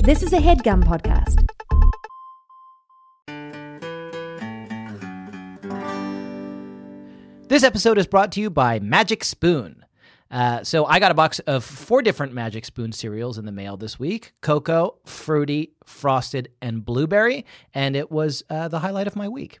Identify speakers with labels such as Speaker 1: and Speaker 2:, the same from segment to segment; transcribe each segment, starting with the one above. Speaker 1: This is a headgum podcast.
Speaker 2: This episode is brought to you by Magic Spoon. Uh, so I got a box of four different Magic Spoon cereals in the mail this week: cocoa, fruity, frosted, and blueberry. And it was uh, the highlight of my week.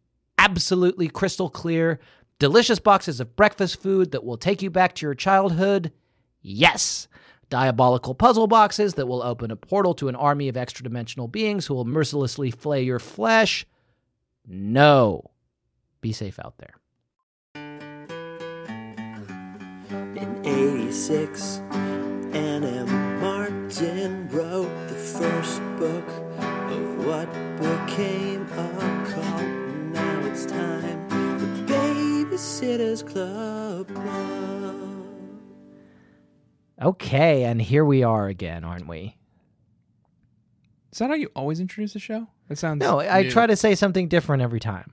Speaker 2: absolutely crystal clear, delicious boxes of breakfast food that will take you back to your childhood. Yes. Diabolical puzzle boxes that will open a portal to an army of extra dimensional beings who will mercilessly flay your flesh. No. Be safe out there.
Speaker 3: In 86, Anna Martin wrote the first book of what became a cult. Now it's time for Babysitter's Club.
Speaker 2: Okay, and here we are again, aren't we?
Speaker 4: Is that how you always introduce the show? That sounds
Speaker 2: No, I, I
Speaker 4: new.
Speaker 2: try to say something different every time.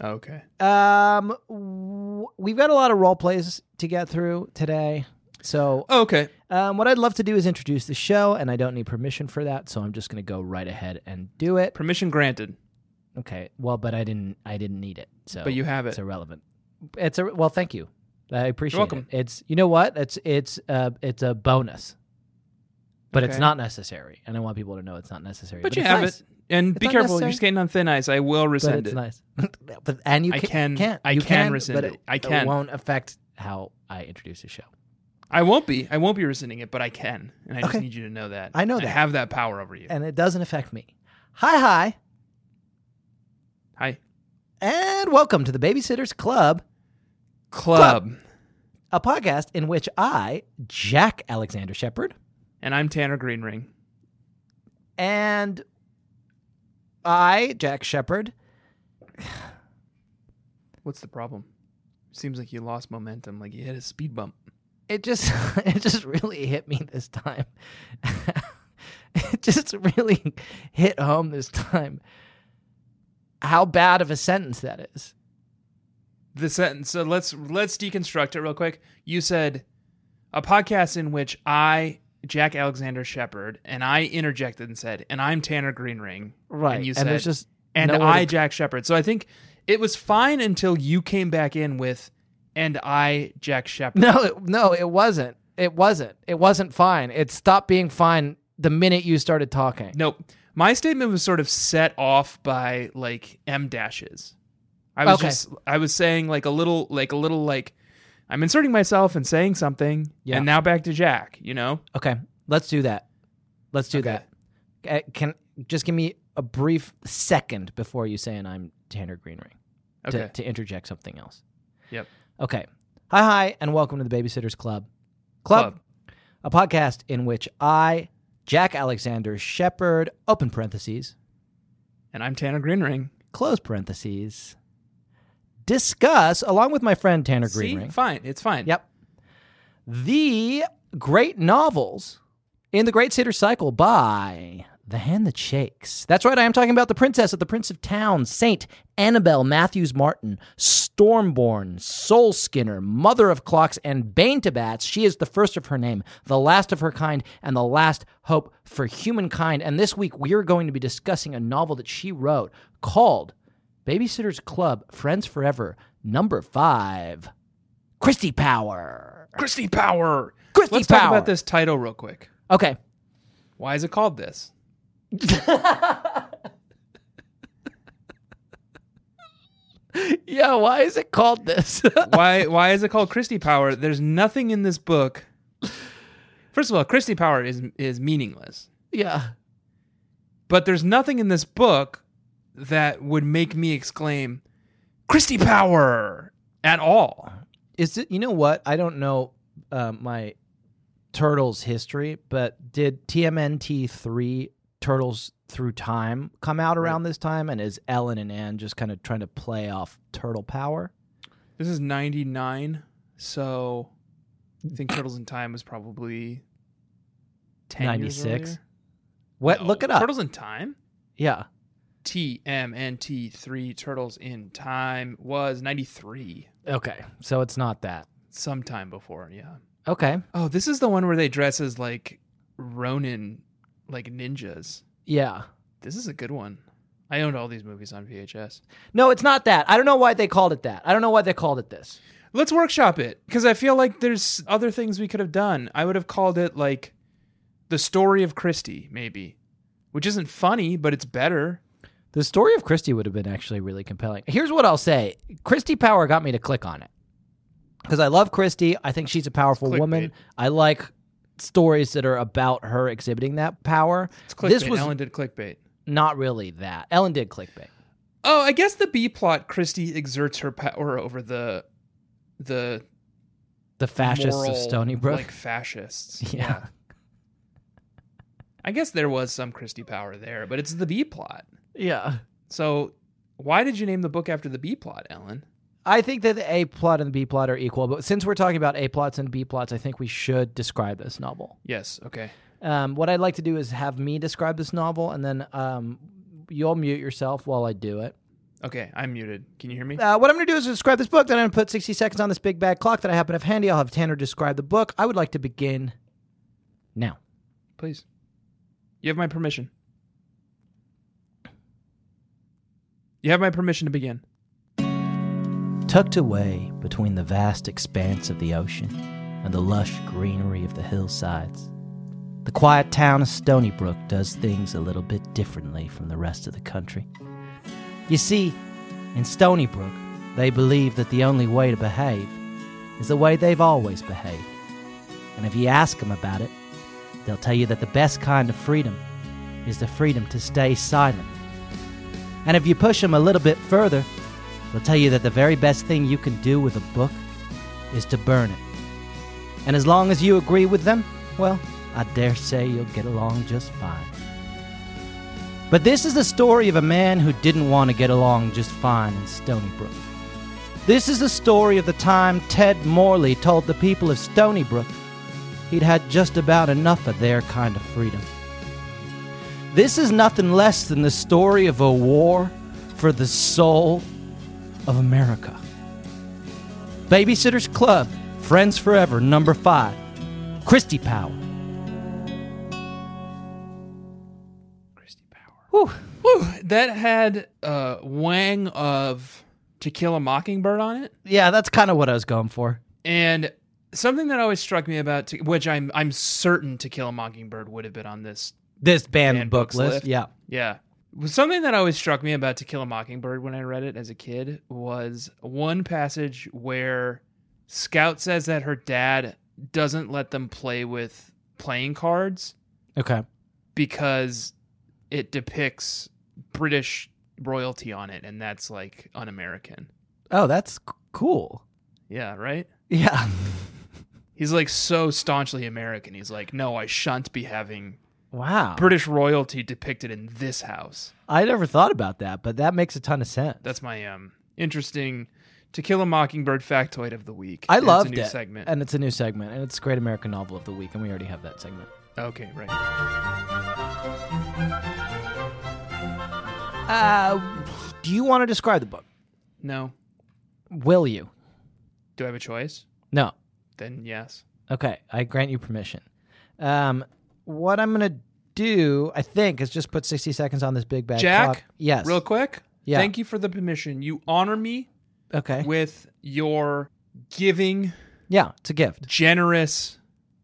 Speaker 4: Oh, okay.
Speaker 2: Um, w- we've got a lot of role plays to get through today. So,
Speaker 4: Oh, okay.
Speaker 2: um, what I'd love to do is introduce the show, and I don't need permission for that, so I'm just going to go right ahead and do it.
Speaker 4: Permission granted.
Speaker 2: Okay. Well, but I didn't. I didn't need it. So,
Speaker 4: But you have it.
Speaker 2: It's irrelament. It's a well. Thank you. I appreciate
Speaker 4: welcome.
Speaker 2: it. It's you know what? It's it's uh it's a bonus, but it's
Speaker 4: Okay.
Speaker 2: not necessary, and I want people to know it's not necessary.
Speaker 4: But, you
Speaker 2: it's
Speaker 4: have
Speaker 2: nice.
Speaker 4: it. And be
Speaker 2: not
Speaker 4: careful.
Speaker 2: necessary.
Speaker 4: You're skating on thin ice. I will
Speaker 2: But
Speaker 4: rescind
Speaker 2: it's
Speaker 4: it.
Speaker 2: nice. but and you
Speaker 4: I
Speaker 2: ca-
Speaker 4: can-
Speaker 2: can't.
Speaker 4: I
Speaker 2: you
Speaker 4: can
Speaker 2: can
Speaker 4: rescind
Speaker 2: but
Speaker 4: it. I can.
Speaker 2: won't affect how I introduce the show.
Speaker 4: I won't be. I won't be rescinding it, but I can. And I just
Speaker 2: Okay.
Speaker 4: need you to know that.
Speaker 2: I know that.
Speaker 4: I have that power over you.
Speaker 2: and it doesn't affect me. Hi, hi,
Speaker 4: Hi.
Speaker 2: and welcome to the Babysitters Club,
Speaker 4: Club.
Speaker 2: a podcast in which I, Jack Alexander Shepard,
Speaker 4: And I'm Tanner Greenring.
Speaker 2: and I, Jack Shepard,
Speaker 4: What's the problem? Seems like you lost momentum, like you hit a speed bump.
Speaker 2: it just it just really hit me this time. it just really hit home this time. How bad of a sentence that is.
Speaker 4: The sentence. So let's let's deconstruct it real quick. You said a podcast in which I, Jack Alexander Shepard, and I interjected and said, and I'm Tanner Greenring.
Speaker 2: Right.
Speaker 4: And you said,
Speaker 2: and there's just
Speaker 4: and
Speaker 2: nowhere to
Speaker 4: I, Jack Shepard. So I think it was fine until you came back in with, and I, Jack Shepard.
Speaker 2: No, it, no, it wasn't. It wasn't. It wasn't fine. It stopped being fine the minute you started talking.
Speaker 4: Nope. My statement was sort of set off by like M dashes. I was
Speaker 2: Okay.
Speaker 4: just I was saying like a little like a little like I'm inserting myself and saying something
Speaker 2: Yeah.
Speaker 4: and now back to Jack, you know?
Speaker 2: Okay, let's do that. Let's do
Speaker 4: Okay.
Speaker 2: that. Uh, Can just give me a brief second before you say, and I'm Tanner Greenring
Speaker 4: Okay.
Speaker 2: to, to interject something else.
Speaker 4: Yep.
Speaker 2: Okay. Hi, hi, and welcome to the Babysitters Club. Club,
Speaker 4: Club.
Speaker 2: a podcast in which I, Jack Alexander Shepard, open parentheses,
Speaker 4: And I'm Tanner Greenring.
Speaker 2: close parentheses, discuss, along with my friend Tanner
Speaker 4: See,
Speaker 2: Greenring,
Speaker 4: fine. It's fine.
Speaker 2: Yep. the great novels in the Great Sitter Cycle by The Hand That Shakes. That's right, I am talking about The Princess of the Prince of Town, Saint, Annabelle, Matthews Martin, Stormborn, Soul Skinner, Mother of Clocks, and Bane to Bats. She is the first of her name, the last of her kind, and the last hope for humankind. And this week we are going to be discussing a novel that she wrote called Babysitter's Club Friends Forever, number five. Christy Power.
Speaker 4: Christy Power.
Speaker 2: Christy
Speaker 4: Let's talk
Speaker 2: Power.
Speaker 4: about this title real quick.
Speaker 2: Okay.
Speaker 4: Why is it called this?
Speaker 2: Yeah, why is it called this?
Speaker 4: why why is it called Christy Power? There's nothing in this book. First of all, Christy Power is is meaningless.
Speaker 2: yeah.
Speaker 4: But there's nothing in this book that would make me exclaim Christy Power at all.
Speaker 2: Is it you know what? I don't know uh, my Turtles history, but did TMNT 3 Turtles Through Time come out around this time and is Ellen and Ann just kind of trying to play off turtle power?
Speaker 4: This is 99, so I think Turtles in Time was probably 10 years
Speaker 2: 96?
Speaker 4: earlier.
Speaker 2: What
Speaker 4: No,
Speaker 2: look it up.
Speaker 4: Turtles in Time?
Speaker 2: yeah.
Speaker 4: TMNT3 Turtles in Time was 93,
Speaker 2: Okay. So it's not that.
Speaker 4: sometime before, yeah.
Speaker 2: Okay.
Speaker 4: Oh, this is the one where they dress as like Ronin, like ninjas.
Speaker 2: Yeah.
Speaker 4: This is a good one. I owned all these movies on VHS.
Speaker 2: No, it's not that. I don't know why they called it that. I don't know why they called it this.
Speaker 4: Let's workshop it because I feel like there's other things we could have done. I would have called it like the story of Christie, maybe, which isn't funny, but it's better.
Speaker 2: The story of Christie would have been actually really compelling. Here's what I'll say Christie Power got me to click on it because I love Christie. I think she's a powerful
Speaker 4: It's clickbait.
Speaker 2: woman. I like stories that are about her exhibiting that power.
Speaker 4: It's clickbait.
Speaker 2: This was
Speaker 4: Ellen did clickbait.
Speaker 2: not really that. Ellen did clickbait.
Speaker 4: Oh, I guess the B plot Christie exerts her power over the the
Speaker 2: The fascists
Speaker 4: moral,
Speaker 2: of Stony Brook.
Speaker 4: like fascists.
Speaker 2: Yeah.
Speaker 4: I guess there was some Christie power there, but it's the B plot.
Speaker 2: yeah.
Speaker 4: So why did you name the book after the B plot, Ellen?
Speaker 2: I think that the A plot and the B plot are equal, but since we're talking about A plots and B plots, I think we should describe this novel.
Speaker 4: Yes. Okay.
Speaker 2: Um, what I'd like to do is have me describe this novel, and then um, you'll mute yourself while I do it.
Speaker 4: Okay. I'm muted. Can you hear me?
Speaker 2: Uh, what I'm going to do is describe this book. Then I'm going to put 60 seconds on this big bad clock that I happen to have handy. I'll have Tanner describe the book. I would like to begin now.
Speaker 4: Please. You have my permission. You have my permission to begin.
Speaker 2: Tucked away between the vast expanse of the ocean and the lush greenery of the hillsides, the quiet town of Stony Brook does things a little bit differently from the rest of the country. You see, in Stony Brook, they believe that the only way to behave is the way they've always behaved. And if you ask them about it, they'll tell you that the best kind of freedom is the freedom to stay silent. And if you push them a little bit further, They'll tell you that the very best thing you can do with a book is to burn it. And as long as you agree with them, well, I dare say you'll get along just fine. But this is the story of a man who didn't want to get along just fine in Stony Brook. This is the story of the time Ted Morley told the people of Stony Brook he'd had just about enough of their kind of freedom. This is nothing less than the story of a war for the soul of America. Babysitter's Club, Friends Forever, number five, Christy Power.
Speaker 4: Christy Power. Whew. That had a wang of To Kill a Mockingbird on it.
Speaker 2: Yeah, that's kind of what I was going for.
Speaker 4: And something that always struck me about, to, which I'm I'm certain To Kill a Mockingbird would have been on this.
Speaker 2: This band,
Speaker 4: Banned
Speaker 2: book
Speaker 4: books
Speaker 2: list.
Speaker 4: list.
Speaker 2: Yeah.
Speaker 4: Yeah. Was Something that always struck me about To Kill a Mockingbird when I read it as a kid was one passage where Scout says that her dad doesn't let them play with playing cards
Speaker 2: Okay.
Speaker 4: because it depicts British royalty on it, and that's like un-American.
Speaker 2: Oh, that's c- cool.
Speaker 4: Yeah, right.
Speaker 2: Yeah.
Speaker 4: He's like so staunchly American. He's like, no, I shan't be having
Speaker 2: Wow.
Speaker 4: British royalty depicted in this house.
Speaker 2: I never thought about that, but that makes a ton of sense.
Speaker 4: That's my um interesting To Kill a Mockingbird factoid of the week.
Speaker 2: I
Speaker 4: And
Speaker 2: loved
Speaker 4: it's a new
Speaker 2: it.
Speaker 4: segment.
Speaker 2: And it's a new segment, and it's Great American Novel of the Week, and we already have that segment.
Speaker 4: okay, right.
Speaker 2: Uh, do you want to describe the book?
Speaker 4: No,
Speaker 2: Will you?
Speaker 4: do I have a choice?
Speaker 2: No.
Speaker 4: Then yes.
Speaker 2: Okay, I grant you permission. Um, what I'm gonna do, I think, is just put 60 seconds on this big bad
Speaker 4: Jack,
Speaker 2: clock. Yes.
Speaker 4: real quick.
Speaker 2: Yeah.
Speaker 4: Thank you for the permission. You honor me
Speaker 2: okay.
Speaker 4: with your giving,
Speaker 2: yeah, it's a gift.
Speaker 4: generous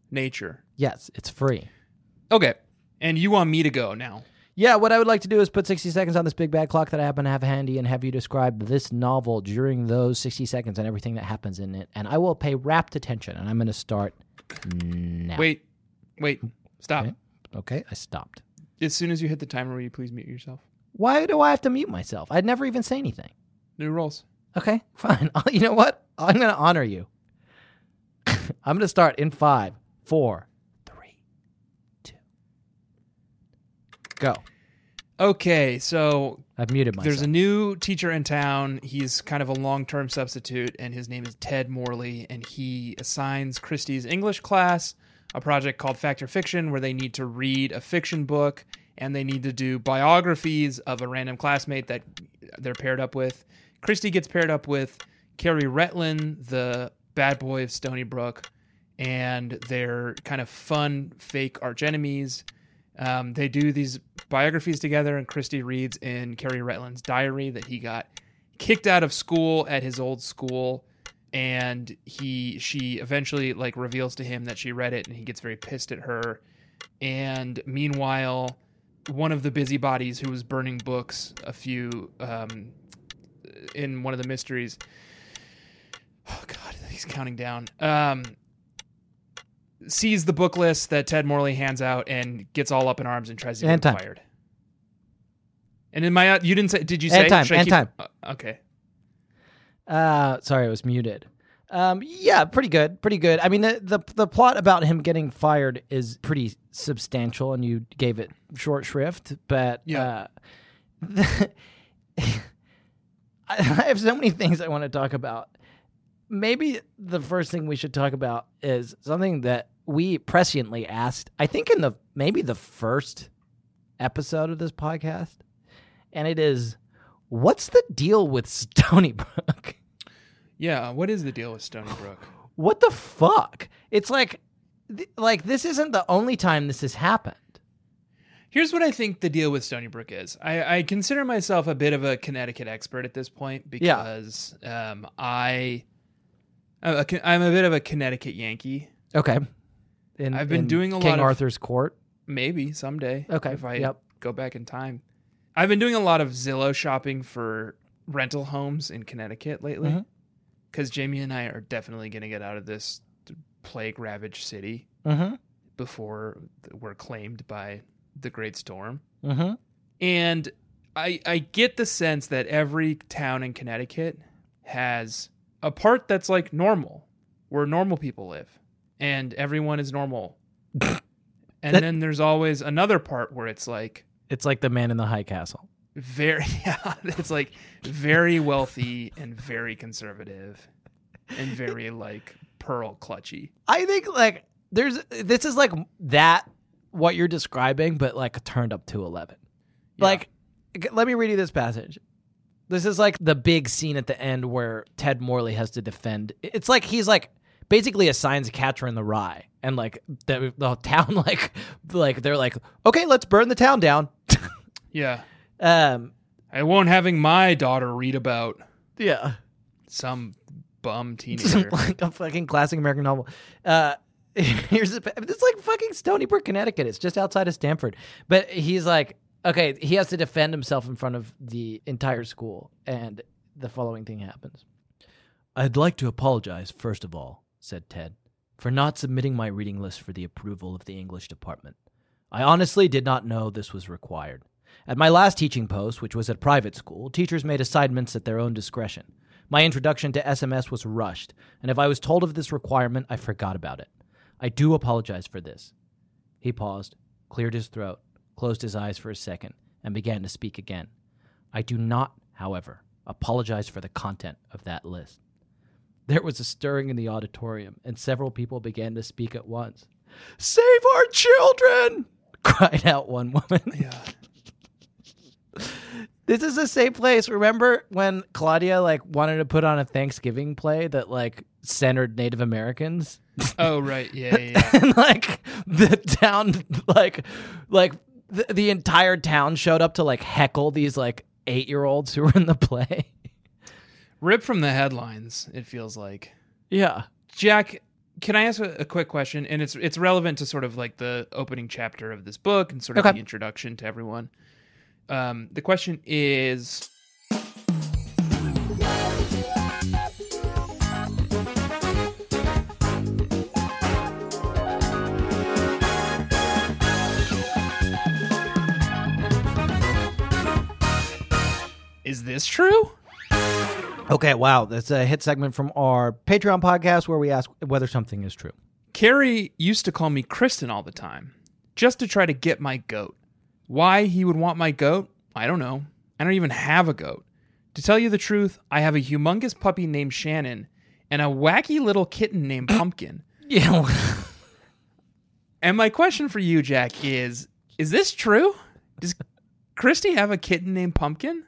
Speaker 4: nature.
Speaker 2: Yes, it's free.
Speaker 4: Okay, and you want me to go now?
Speaker 2: Yeah, what I would like to do is put 60 seconds on this big bad clock that I happen to have handy and have you describe this novel during those 60 seconds and everything that happens in it. And I will pay rapt attention and I'm going to start now.
Speaker 4: Wait, wait, stop.
Speaker 2: Okay. Okay, I stopped.
Speaker 4: As soon as you hit the timer, will you please mute yourself?
Speaker 2: Why do I have to mute myself? I'd never even say anything.
Speaker 4: New rules.
Speaker 2: Okay, fine. You know what? I'm going to honor you. I'm going to start in five, four, three, two. Go.
Speaker 4: Okay, so
Speaker 2: I've muted myself.
Speaker 4: There's a new teacher in town. He's kind of a long term substitute, and his name is Ted Morley. And he assigns Christie's English class a project called Factor Fiction, where they need to read a fiction book and they need to do biographies of a random classmate that they're paired up with. Christie gets paired up with Carrie Retlin, the bad boy of Stony Brook, and they're kind of fun, fake arch enemies. Um, they do these biographies together, and Christie reads in Carrie Retlin's diary that he got kicked out of school at his old school, and he she eventually like reveals to him that she read it, and he gets very pissed at her. And meanwhile, one of the busybodies who was burning books a few um, in one of the mysteries. Oh God, he's counting down. Um, sees the book list that Ted Morley hands out and gets all up in arms and tries to get him
Speaker 2: And time.
Speaker 4: fired. And in my, you didn't say. Did you
Speaker 2: And
Speaker 4: say?
Speaker 2: time,
Speaker 4: Should I
Speaker 2: and
Speaker 4: keep-
Speaker 2: time.
Speaker 4: uh, okay.
Speaker 2: Uh, sorry, I was muted. Um, yeah, pretty good, pretty good. I mean, the, the the plot about him getting fired is pretty substantial, and you gave it short shrift. But
Speaker 4: Yeah.
Speaker 2: uh, I I have so many things I want to talk about. Maybe the first thing we should talk about is something that we presciently asked. I think in the maybe the first episode of this podcast, and it is, what's the deal with Stony Brook?
Speaker 4: Yeah. What is the deal with Stony Brook?
Speaker 2: what the fuck? It's like, th- like this isn't the only time this has happened.
Speaker 4: Here's what I think the deal with Stony Brook is. I, I consider myself a bit of a Connecticut expert at this point because um, I, I'm a, Con- I'm a bit of a Connecticut Yankee.
Speaker 2: Okay. In,
Speaker 4: I've been
Speaker 2: in
Speaker 4: doing a
Speaker 2: King
Speaker 4: lot of-
Speaker 2: Arthur's court.
Speaker 4: Maybe someday.
Speaker 2: Okay,
Speaker 4: If I
Speaker 2: yep.
Speaker 4: go back in time, I've been doing a lot of Zillow shopping for rental homes in Connecticut lately
Speaker 2: Mhm.
Speaker 4: because Jamie and I are definitely going to get out of this plague ravaged city
Speaker 2: Mm-hmm.
Speaker 4: before th- we're claimed by the great storm.
Speaker 2: Mm-hmm.
Speaker 4: And I I get the sense that every town in Connecticut has a part that's like normal, where normal people live, and everyone is normal. and
Speaker 2: That-
Speaker 4: then there's always another part where it's like
Speaker 2: It's like the man in the high castle.
Speaker 4: very yeah, it's like very wealthy and very conservative and very like pearl clutchy.
Speaker 2: I think like there's this is like that what you're describing, but like turned up to eleven.
Speaker 4: Yeah.
Speaker 2: Like, g- let me read you this passage. This is like the big scene at the end where Ted Morley has to defend. It's like he's like basically assigns Catcher in the Rye, and like the, the town like like they're like okay, let's burn the town down.
Speaker 4: Yeah.
Speaker 2: um,
Speaker 4: I won't having my daughter read about
Speaker 2: yeah.
Speaker 4: some bum teenager.
Speaker 2: like a fucking classic American novel. Uh, here's the, it's like fucking Stony Brook, Connecticut. It's just outside of Stamford. But he's like, okay, he has to defend himself in front of the entire school, and the following thing happens. I'd like to apologize first of all," said Ted, "for not submitting my reading list for the approval of the English department. I honestly did not know this was required. At my last teaching post, which was at private school, teachers made assignments at their own discretion. My introduction to SMS was rushed, and if I was told of this requirement, I forgot about it. I do apologize for this. He paused, cleared his throat, closed his eyes for a second, and began to speak again. I do not, however, apologize for the content of that list. There was a stirring in the auditorium, and several people began to speak at once. Save our children! cried out one woman.
Speaker 4: Yeah.
Speaker 2: This is the same place. Remember when Claudia like wanted to put on a Thanksgiving play that like centered Native Americans?
Speaker 4: Oh right. Yeah. Yeah. yeah.
Speaker 2: and like the town like like the, the entire town showed up to like heckle these like 8-year-olds who were in the play.
Speaker 4: Rip from the headlines. It feels like.
Speaker 2: Yeah.
Speaker 4: Jack, can I ask a, a quick question? And it's it's relevant to sort of like the opening chapter of this book and sort of
Speaker 2: Okay.
Speaker 4: the introduction to everyone. Um, the question is. Is this true?
Speaker 2: Okay, wow. That's a hit segment from our Patreon podcast where we ask whether something is true.
Speaker 4: Carrie used to call me Kristen all the time, just to try to get my goat. Why he would want my goat, I don't know. I don't even have a goat. To tell you the truth, I have a humongous puppy named Shannon and a wacky little kitten named Pumpkin.
Speaker 2: Yeah.
Speaker 4: And my question for you, Jack, is is this true? Does Christy have a kitten named Pumpkin?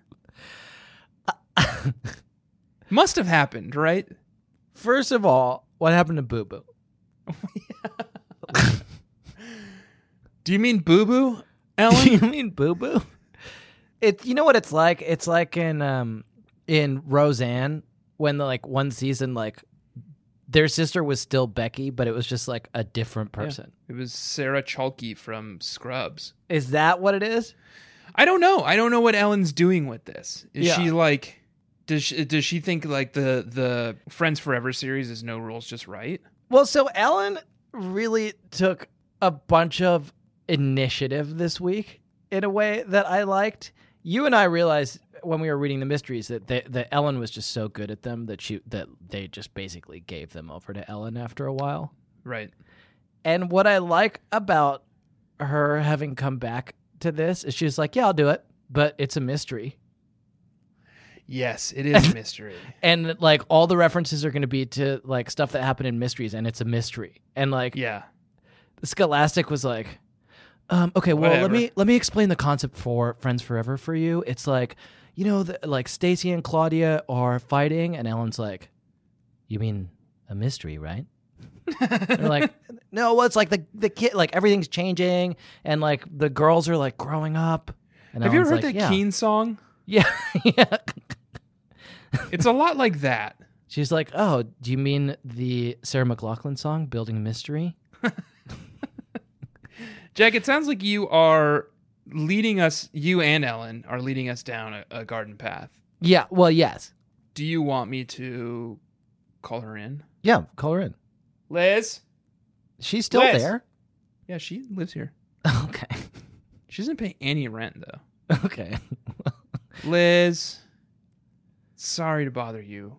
Speaker 4: Must have happened, right?
Speaker 2: First of all, what happened to Boo Boo?
Speaker 4: Do you mean Boo Boo,
Speaker 2: Do
Speaker 4: Ellen?
Speaker 2: you mean boo boo? It you know what it's like? It's like in um in Roseanne when the like one season like their sister was still Becky, but it was just like a different person.
Speaker 4: it was Sarah Chalky from Scrubs.
Speaker 2: Is that what it is?
Speaker 4: I don't know. I don't know what Ellen's doing with this. Is
Speaker 2: Yeah.
Speaker 4: she like does she, does she think like the the Friends Forever series is no rules just right?
Speaker 2: Well, so Ellen really took a bunch of initiative this week in a way that I liked. You and I realized when we were reading the mysteries that they, that Ellen was just so good at them that she that they just basically gave them over to Ellen after a while.
Speaker 4: Right.
Speaker 2: And what I like about her having come back to this is she's like, yeah, I'll do it, but it's a mystery.
Speaker 4: Yes, it is a mystery.
Speaker 2: And like all the references are going to be to like stuff that happened in mysteries, and it's a mystery. And like
Speaker 4: Yeah.
Speaker 2: Scholastic was like, um, okay, well, let
Speaker 4: Whatever.
Speaker 2: me let me explain the concept for Friends Forever for you. It's like, you know, the, like Stacy and Claudia are fighting, and Ellen's like, you mean a mystery, right? They're like, no, well, it's like the the kid, like everything's changing, and like the girls are like growing up. And
Speaker 4: Have you ever heard
Speaker 2: Ellen's
Speaker 4: that
Speaker 2: like, yeah.
Speaker 4: Keen song?
Speaker 2: Yeah, yeah.
Speaker 4: It's a lot like that.
Speaker 2: She's like, oh, do you mean the Sarah McLaughlin song, Building Mystery?
Speaker 4: Jack, it sounds like you are leading us you and Ellen are leading us down a, a garden path.
Speaker 2: Yeah. Well, yes.
Speaker 4: Do you want me to call her in?
Speaker 2: Yeah. Call her in.
Speaker 4: Liz?
Speaker 2: She's still
Speaker 4: Liz.
Speaker 2: there.
Speaker 4: Yeah, she lives here.
Speaker 2: Okay.
Speaker 4: She doesn't pay any rent though.
Speaker 2: Okay.
Speaker 4: Liz, sorry to bother you.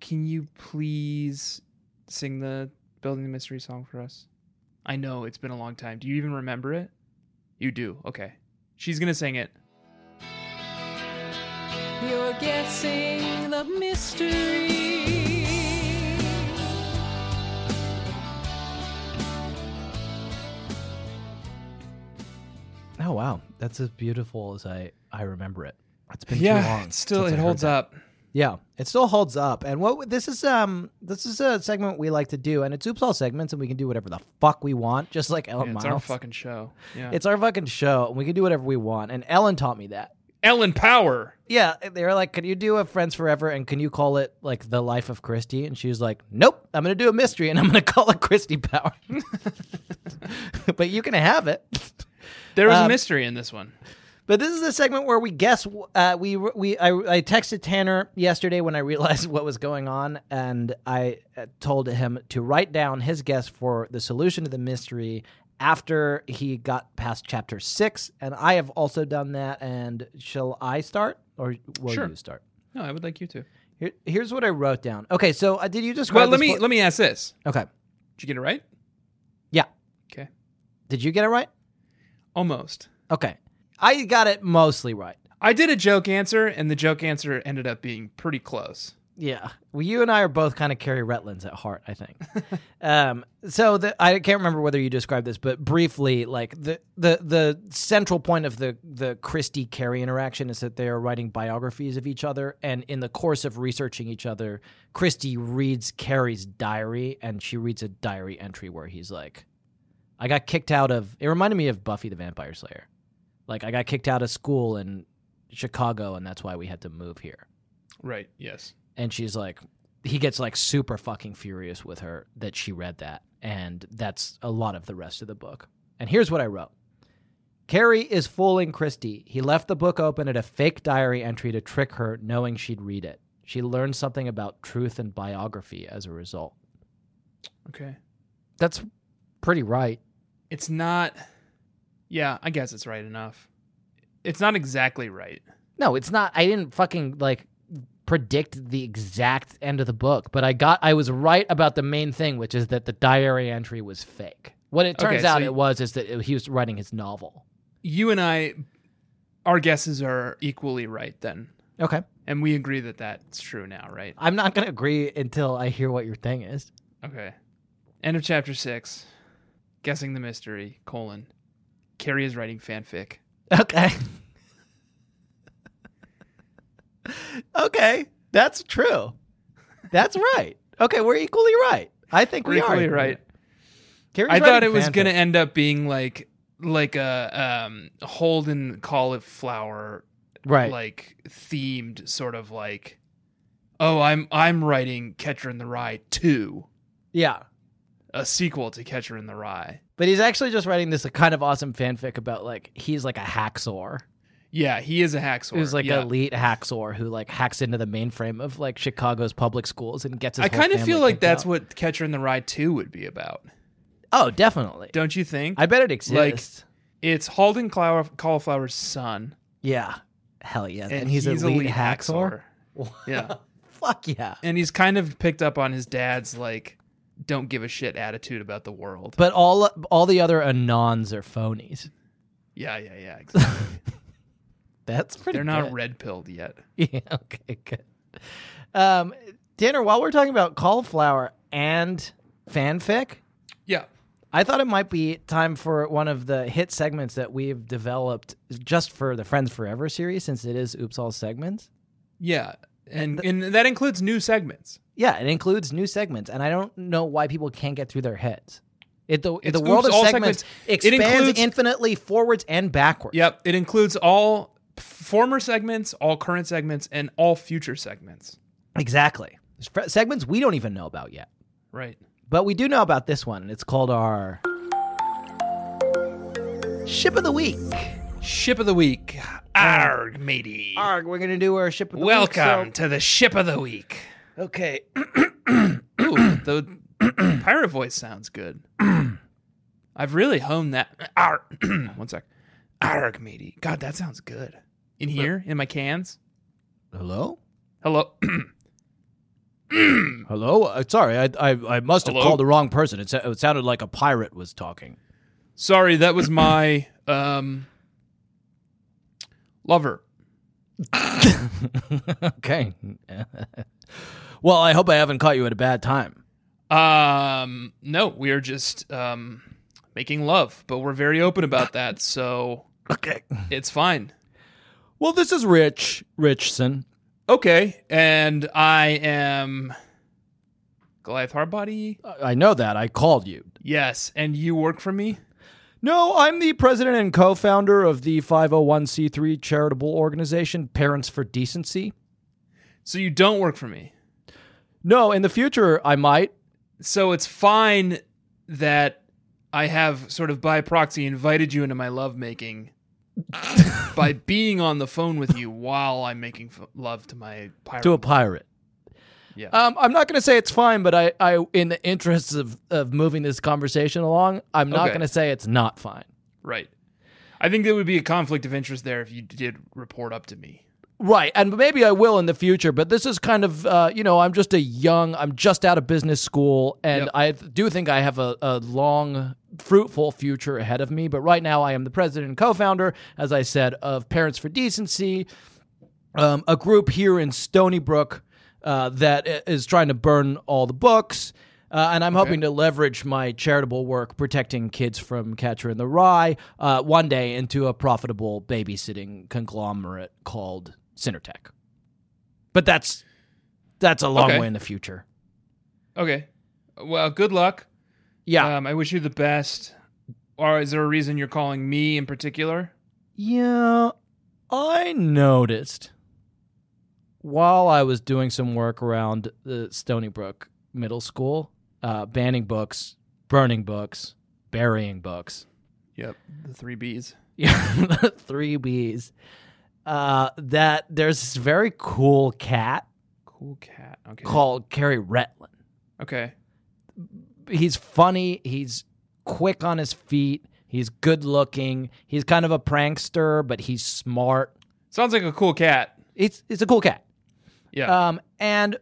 Speaker 4: Can you please sing the Building the Mystery song for us? I know it's been a long time. Do you even remember it? You do. Okay. She's going to sing it.
Speaker 5: You're guessing the mystery.
Speaker 2: Oh wow, that's as beautiful as I I remember it. It's been too long.
Speaker 4: it still
Speaker 2: since
Speaker 4: it
Speaker 2: I heard
Speaker 4: holds
Speaker 2: that.
Speaker 4: up.
Speaker 2: Yeah, it still holds up. And what this is um this is a segment we like to do, and it's oops all segments, and we can do whatever the fuck we want, just like Ellen
Speaker 4: Yeah, it's
Speaker 2: Oh, Miles.
Speaker 4: our fucking show. Yeah.
Speaker 2: It's our fucking show, and we can do whatever we want. And Ellen taught me that.
Speaker 4: Ellen Power.
Speaker 2: Yeah, they were like, "Can you do a Friends Forever?" And can you call it like the Life of Christie? And she was like, "Nope, I'm gonna do a mystery, and I'm gonna call it Christie Power." but you can have it.
Speaker 4: There was
Speaker 2: Um,
Speaker 4: a mystery in this one.
Speaker 2: But this is the segment where we guess. Uh, we we I, I texted Tanner yesterday when I realized what was going on, and I uh, told him to write down his guess for the solution to the mystery after he got past chapter six, and I have also done that. And shall I start or will
Speaker 4: Sure.
Speaker 2: you start?
Speaker 4: No, I would like you to.
Speaker 2: Here, here's what I wrote down. Okay, so uh, did you describe?
Speaker 4: Well, let
Speaker 2: this
Speaker 4: me
Speaker 2: book-
Speaker 4: let me ask this.
Speaker 2: okay,
Speaker 4: Did you get it right?
Speaker 2: yeah.
Speaker 4: Okay.
Speaker 2: Did you get it right?
Speaker 4: Almost.
Speaker 2: Okay, I got it mostly right.
Speaker 4: I did a joke answer, and the joke answer ended up being pretty close.
Speaker 2: Yeah. Well, you and I are both kind of Carrie Retlins at heart, I think. um, so the, I can't remember whether you described this, but briefly, like the the the central point of the the Christie Carrie interaction is that they are writing biographies of each other, and in the course of researching each other, Christie reads Carrie's diary, and she reads a diary entry where he's like, "I got kicked out of." It reminded me of Buffy the Vampire Slayer, like I got kicked out of school in Chicago, and that's why we had to move here
Speaker 4: Right. Yes.
Speaker 2: and she's like he gets like super fucking furious with her that she read that and that's a lot of the rest of the book and here's what i wrote carrie is fooling christy he left the book open at a fake diary entry to trick her knowing she'd read it she learned something about truth and biography as a result
Speaker 4: Okay.
Speaker 2: that's pretty right
Speaker 4: It's not. Yeah, I guess it's right enough. It's not exactly right.
Speaker 2: no it's not i didn't fucking like predict the exact end of the book but i got i was right about the main thing which is that the diary entry was fake what it
Speaker 4: Okay,
Speaker 2: turns
Speaker 4: so
Speaker 2: out
Speaker 4: you-
Speaker 2: it was is that he was writing his novel
Speaker 4: You and I, our guesses are equally right then,
Speaker 2: okay
Speaker 4: and we agree that that's true now, right?
Speaker 2: i'm not going to agree until i hear what your thing is
Speaker 4: Okay. End of chapter six. Guessing the mystery: colon. Carrie is writing fanfic.
Speaker 2: okay okay that's true that's right okay we're equally right i think
Speaker 4: We're
Speaker 2: we
Speaker 4: equally
Speaker 2: are
Speaker 4: right.
Speaker 2: Carrie's
Speaker 4: I thought
Speaker 2: writing
Speaker 4: it was
Speaker 2: fanfic.
Speaker 4: gonna end up being like like a um Holden cauliflower
Speaker 2: right
Speaker 4: like themed sort of like oh I'm I'm writing Catcher in the Rye two
Speaker 2: yeah
Speaker 4: a sequel to Catcher in the Rye
Speaker 2: But he's actually just writing this kind of awesome fanfic about like he's like a hacksaw
Speaker 4: yeah he is a hacksaw
Speaker 2: who's like
Speaker 4: yeah.
Speaker 2: an elite hacksaw who like hacks into the mainframe of like Chicago's public schools and gets. His
Speaker 4: I
Speaker 2: whole
Speaker 4: kind of
Speaker 2: family
Speaker 4: feel like
Speaker 2: kicked
Speaker 4: that's
Speaker 2: out.
Speaker 4: what Catcher in the Rye two would be about
Speaker 2: Oh, definitely.
Speaker 4: don't you think
Speaker 2: I bet it
Speaker 4: like-
Speaker 2: exists.
Speaker 4: it's Holden Clau- cauliflower's son
Speaker 2: yeah, hell yeah, and,
Speaker 4: and
Speaker 2: he's,
Speaker 4: he's
Speaker 2: a elite,
Speaker 4: elite
Speaker 2: hacksaw.
Speaker 4: hacksaw. yeah
Speaker 2: Fuck yeah!
Speaker 4: and he's kind of picked up on his dad's like don't give a shit attitude about the world.
Speaker 2: But all all the other anons are phonies.
Speaker 4: yeah, yeah, yeah. Exactly.
Speaker 2: That's pretty.
Speaker 4: They're not
Speaker 2: good.
Speaker 4: red pilled yet.
Speaker 2: Yeah. Okay. Good. Um, Tanner, while we're talking about cauliflower and fanfic,
Speaker 4: Yeah.
Speaker 2: I thought it might be time for one of the hit segments that we've developed just for the Friends Forever series, since it is Oops All segments.
Speaker 4: Yeah. And and that includes new segments.
Speaker 2: Yeah, it includes new segments, and I don't know why people can't get through their heads. It, the,
Speaker 4: It's
Speaker 2: the world of
Speaker 4: Oops All
Speaker 2: segments,
Speaker 4: segments. It
Speaker 2: expands
Speaker 4: includes-
Speaker 2: infinitely forwards and backwards.
Speaker 4: Yep. It includes all f- former segments, all current segments, and all future segments.
Speaker 2: exactly. There's fr- segments we don't even know about yet,
Speaker 4: Right.
Speaker 2: but we do know about this one, and it's called our ship of the week.
Speaker 4: Ship of the week. Arg, matey.
Speaker 2: Arg, we're gonna do our ship of the week.
Speaker 4: Welcome to the ship of the week.
Speaker 2: so- okay.
Speaker 4: Ooh, the pirate voice sounds good. I've really honed that. Arg. One sec. Arg, matey. God, that sounds good. In here, in my cans.
Speaker 2: Hello.
Speaker 4: Hello.
Speaker 2: Hello. Uh, sorry, I, I I must have
Speaker 4: Hello?
Speaker 2: called the wrong person. It, sa- it sounded like a pirate was talking.
Speaker 4: Sorry, that was my um lover.
Speaker 2: okay. well, I hope I haven't caught you at a bad time.
Speaker 4: Um no, we are just um making love, but we're very open about that, so
Speaker 2: Okay.
Speaker 4: it's fine.
Speaker 2: Well, this is Rich Richson.
Speaker 4: Okay, and I am Goliath Hardbody.
Speaker 2: I I know that. I called you.
Speaker 4: Yes, and you work for me?
Speaker 2: No, I'm the president and co-founder of the 501c3 charitable organization Parents for Decency.
Speaker 4: So you don't work for me.
Speaker 2: No, in the future I might.
Speaker 4: So it's fine that I have sort of by proxy invited you into my lovemaking by being on the phone with you while I'm making f- love to my pirate.
Speaker 2: to a pirate.
Speaker 4: Yeah.
Speaker 2: Um, I'm not going to say it's fine, but I, I, in the interests of, of moving this conversation along, I'm not
Speaker 4: Okay.
Speaker 2: going to say it's not fine.
Speaker 4: Right. I think there would be a conflict of interest there if you did report up to me.
Speaker 2: Right, and maybe I will in the future, but this is kind of, uh, you know, I'm just a young, I'm just out of business school, and
Speaker 4: Yep.
Speaker 2: I do think I have a, a long, fruitful future ahead of me. But right now, I am the president and co founder, as I said, of Parents for Decency, um, a group here in Stony Brook uh, that i- is trying to burn all the books. Uh, and I'm hoping to leverage my charitable work protecting kids from Catcher in the Rye uh, one day into a profitable babysitting conglomerate called Cintertech. But that's that's a long
Speaker 4: Okay.
Speaker 2: way in the future.
Speaker 4: Okay. Well, good luck.
Speaker 2: Yeah.
Speaker 4: Um, I wish you the best. Or is there a reason you're calling me in particular?
Speaker 2: Yeah, I noticed while I was doing some work around the Stony Brook Middle School, uh, banning books, burning books, burying books.
Speaker 4: Yep. The three B's.
Speaker 2: Yeah, three B's. Uh, that there's this very cool cat
Speaker 4: Cool cat. Okay.
Speaker 2: called Carrie Retlin.
Speaker 4: Okay.
Speaker 2: he's funny. He's quick on his feet. He's good looking. He's kind of a prankster, but he's smart.
Speaker 4: Sounds like a cool cat.
Speaker 2: It's it's a cool cat.
Speaker 4: Yeah.
Speaker 2: Um, and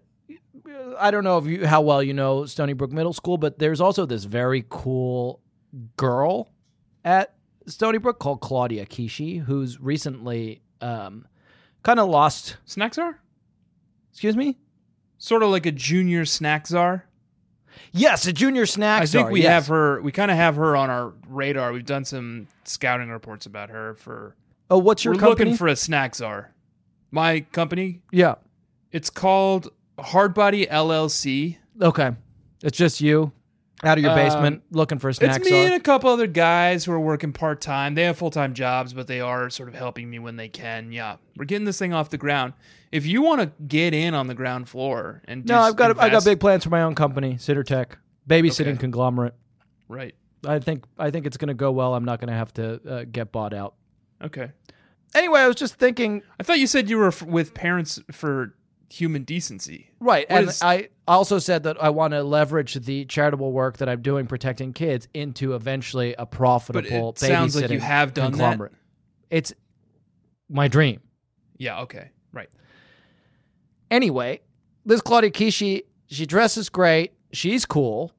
Speaker 2: uh, I don't know if you how well you know Stony Brook Middle School, but there's also this very cool girl at Stony Brook called Claudia Kishi, who's recently um, kind of lost.
Speaker 4: snack czar?
Speaker 2: Excuse me.
Speaker 4: Sort of like a junior snack czar.
Speaker 2: Yes, a junior snack.
Speaker 4: I think
Speaker 2: czar,
Speaker 4: we
Speaker 2: yes.
Speaker 4: have her. We kind of have her on our radar. We've done some scouting reports about her for.
Speaker 2: Oh, what's your
Speaker 4: we're
Speaker 2: company?
Speaker 4: looking for a snack czar. My company.
Speaker 2: yeah.
Speaker 4: It's called Hardbody LLC.
Speaker 2: Okay. It's just you out of your
Speaker 4: Um,
Speaker 2: basement looking for a snack
Speaker 4: it's me
Speaker 2: czar.
Speaker 4: and a couple other guys who are working part time. They have full time jobs, but they are sort of helping me when they can. Yeah, we're getting this thing off the ground. If you want to get in on the ground floor and
Speaker 2: no,
Speaker 4: just
Speaker 2: I've got I got
Speaker 4: invest-
Speaker 2: big plans for my own company, Sittertech, babysitting
Speaker 4: Okay.
Speaker 2: conglomerate.
Speaker 4: right.
Speaker 2: I think I think it's going to go well. I'm not going to have to uh, get bought out.
Speaker 4: Okay,
Speaker 2: Anyway, I was just thinking,
Speaker 4: I thought you said you were f- with parents for human decency.
Speaker 2: right?
Speaker 4: What
Speaker 2: and
Speaker 4: is-
Speaker 2: I also said that I want to leverage the charitable work that I'm doing protecting kids into eventually a profitable
Speaker 4: it sounds like you
Speaker 2: babysitting
Speaker 4: have done that.
Speaker 2: conglomerate. It's my dream.
Speaker 4: Yeah. Okay. Right.
Speaker 2: Anyway, this Claudia Kishi, she dresses great. She's cool.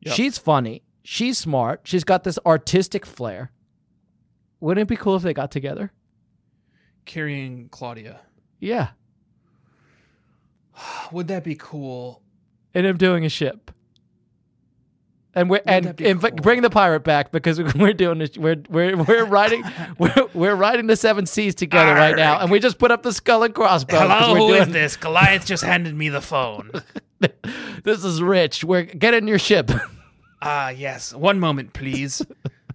Speaker 4: Yep.
Speaker 2: She's funny. She's smart. She's got this artistic flair. Wouldn't it be cool if they got together?
Speaker 4: Carrying Claudia.
Speaker 2: Yeah.
Speaker 4: Would that be cool?
Speaker 2: And I'm doing a ship. And we're and
Speaker 4: that be
Speaker 2: inv-
Speaker 4: cool?
Speaker 2: bring the pirate back because we're doing this. We're we're we're riding we're, we're riding the seven seas together right now,
Speaker 4: Arrgh.
Speaker 2: and we just put up the skull and crossbones. 'cause we're
Speaker 6: Hello, who is
Speaker 2: doing-
Speaker 6: this? Goliath just handed me the phone.
Speaker 2: This is rich. We're get in your ship.
Speaker 4: Ah, yes. One moment, please.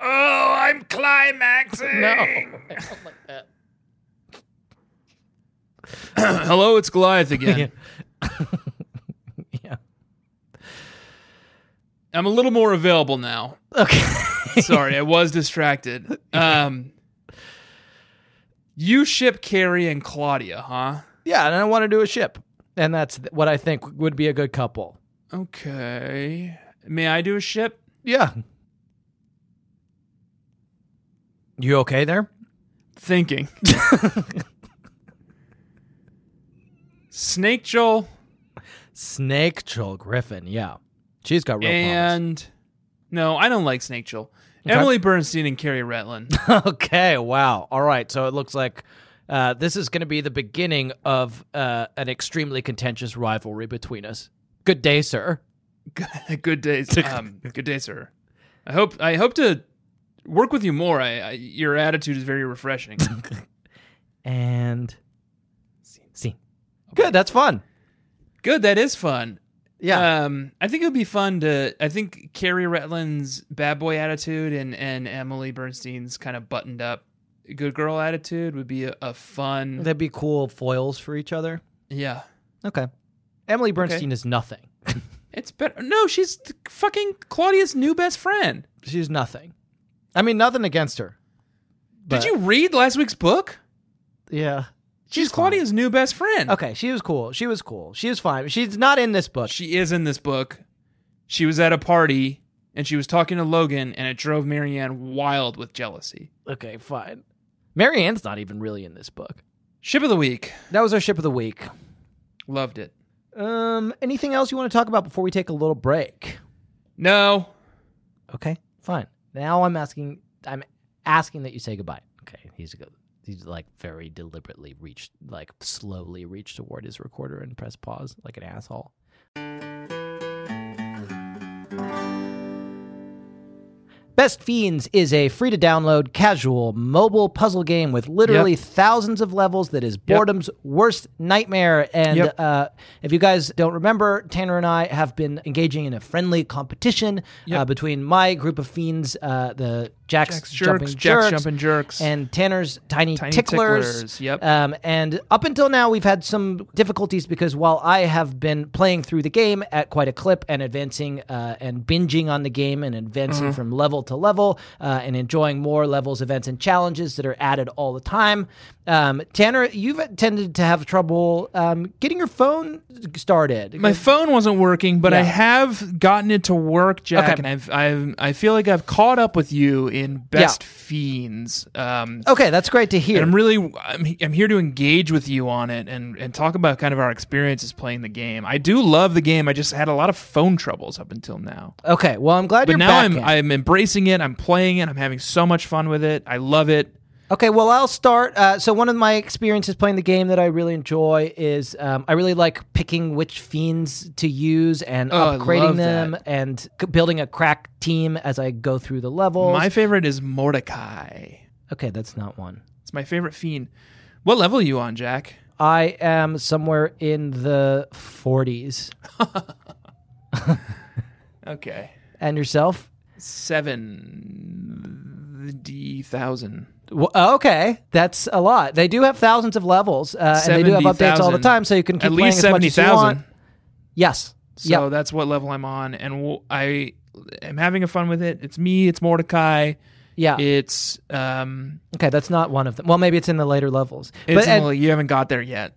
Speaker 6: oh, I'm climaxing.
Speaker 4: Hello, it's Goliath again.
Speaker 2: Yeah.
Speaker 4: I'm a little more available now.
Speaker 2: Okay.
Speaker 4: Sorry, I was distracted. Um, you ship Carrie and Claudia, huh?
Speaker 2: Yeah, and I want to do a ship. And that's th- what I think would be a good couple.
Speaker 4: Okay. May I do a ship?
Speaker 2: Yeah. You okay there?
Speaker 4: Thinking. Snake Joel
Speaker 2: Snake Joel Griffin, yeah. She's got real
Speaker 4: and no, I don't like Snake Joel. Emily Bernstein and Carrie Retlin.
Speaker 2: promise. okay, wow. All right, so it looks like uh, this is going to be the beginning of uh, an extremely contentious rivalry between us. Good day, sir.
Speaker 4: good days. Um, good day, sir. I hope I hope to work with you more. I, I your attitude is very refreshing.
Speaker 2: And scene. Good, that's fun. Uh,
Speaker 4: good, that is fun.
Speaker 2: Yeah.
Speaker 4: Um, I think it would be fun to. I think Carrie Retlin's bad boy attitude and and Emily Bernstein's kind of buttoned up good girl attitude would be a, a fun.
Speaker 2: Mm. That'd be cool foils for each other.
Speaker 4: yeah,
Speaker 2: Okay. Emily Bernstein is nothing.
Speaker 4: it's better. No, she's th- fucking Claudia's new best friend.
Speaker 2: She's nothing. I mean, nothing against her. but-
Speaker 4: Did you read last week's book?
Speaker 2: Yeah.
Speaker 4: She's Claudia's new best friend.
Speaker 2: Okay, she was cool. She was cool. She was fine. She's not in this book.
Speaker 4: She is in this book. She was at a party and she was talking to Logan, and it drove Marianne wild with jealousy.
Speaker 2: okay, fine. Marianne's not even really in this book.
Speaker 4: Ship of the week,
Speaker 2: That was our ship of the week.
Speaker 4: loved it.
Speaker 2: Um, anything else you want to talk about before we take a little break?
Speaker 4: No,
Speaker 2: Okay, fine. Now I'm asking. I'm asking that you say goodbye. Okay, he's go. He's like very deliberately reached, like slowly reached toward his recorder and pressed pause like an asshole. Best Fiends is a free to download casual mobile puzzle game with literally
Speaker 4: Yep.
Speaker 2: thousands of levels that is boredom's worst nightmare. And
Speaker 4: Yep.
Speaker 2: uh, if you guys don't remember, Tanner and I have been engaging in a friendly competition uh,
Speaker 4: Yep.
Speaker 2: between my group of fiends, uh, the Jack's,
Speaker 4: Jack's Jerks,
Speaker 2: jumping
Speaker 4: Jack's
Speaker 2: jerks,
Speaker 4: Jumpin' Jerks.
Speaker 2: and Tanner's tiny,
Speaker 4: Tiny
Speaker 2: ticklers.
Speaker 4: Ticklers, yep.
Speaker 2: Um, and up until now, we've had some difficulties because while I have been playing through the game at quite a clip and advancing uh, and binging on the game and advancing
Speaker 4: Mm-hmm.
Speaker 2: from level to level uh, and enjoying more levels, events, and challenges that are added all the time, um, Tanner, you've tended to have trouble um, getting your phone started.
Speaker 4: my phone wasn't working, but I
Speaker 2: Yeah.
Speaker 4: have gotten it to work, Jack,
Speaker 2: Okay.
Speaker 4: and I've, I've I feel like I've caught up with you in Best Fiends. Um,
Speaker 2: okay, that's great to hear.
Speaker 4: and I'm really I'm, I'm here to engage with you on it and and talk about kind of our experiences playing the game. I do love the game. I just had a lot of phone troubles up until now.
Speaker 2: okay, well, I'm glad
Speaker 4: But
Speaker 2: you're
Speaker 4: now
Speaker 2: back
Speaker 4: I'm
Speaker 2: in.
Speaker 4: I'm embracing it. I'm playing it. I'm having so much fun with it. I love it.
Speaker 2: Okay, well, I'll start. Uh, so, one of my experiences playing the game that I really enjoy is um, I really like picking which fiends to use and
Speaker 4: Oh, I
Speaker 2: upgrading
Speaker 4: love
Speaker 2: them
Speaker 4: that.
Speaker 2: and c- building a crack team as I go through the levels.
Speaker 4: My favorite is Mordecai.
Speaker 2: okay, that's not one.
Speaker 4: It's my favorite fiend. What level are you on, Jack?
Speaker 2: I am somewhere in the 40s.
Speaker 4: Okay.
Speaker 2: And yourself?
Speaker 4: Seven D thousand.
Speaker 2: W uh, okay, that's a lot. They do have thousands of levels, uh, and they do have updates all the
Speaker 4: 70,000.
Speaker 2: time, so you can keep
Speaker 4: At
Speaker 2: playing
Speaker 4: least
Speaker 2: as much
Speaker 4: seventy
Speaker 2: as you want.
Speaker 4: thousand.
Speaker 2: Yes.
Speaker 4: So
Speaker 2: Yep.
Speaker 4: that's what level I'm on, and w- I am having a fun with it. It's me. It's Mordecai.
Speaker 2: Yeah.
Speaker 4: It's um.
Speaker 2: okay, that's not one of them. Well, maybe it's in the later levels.
Speaker 4: It's
Speaker 2: but, uh, and-
Speaker 4: well, you haven't got there yet.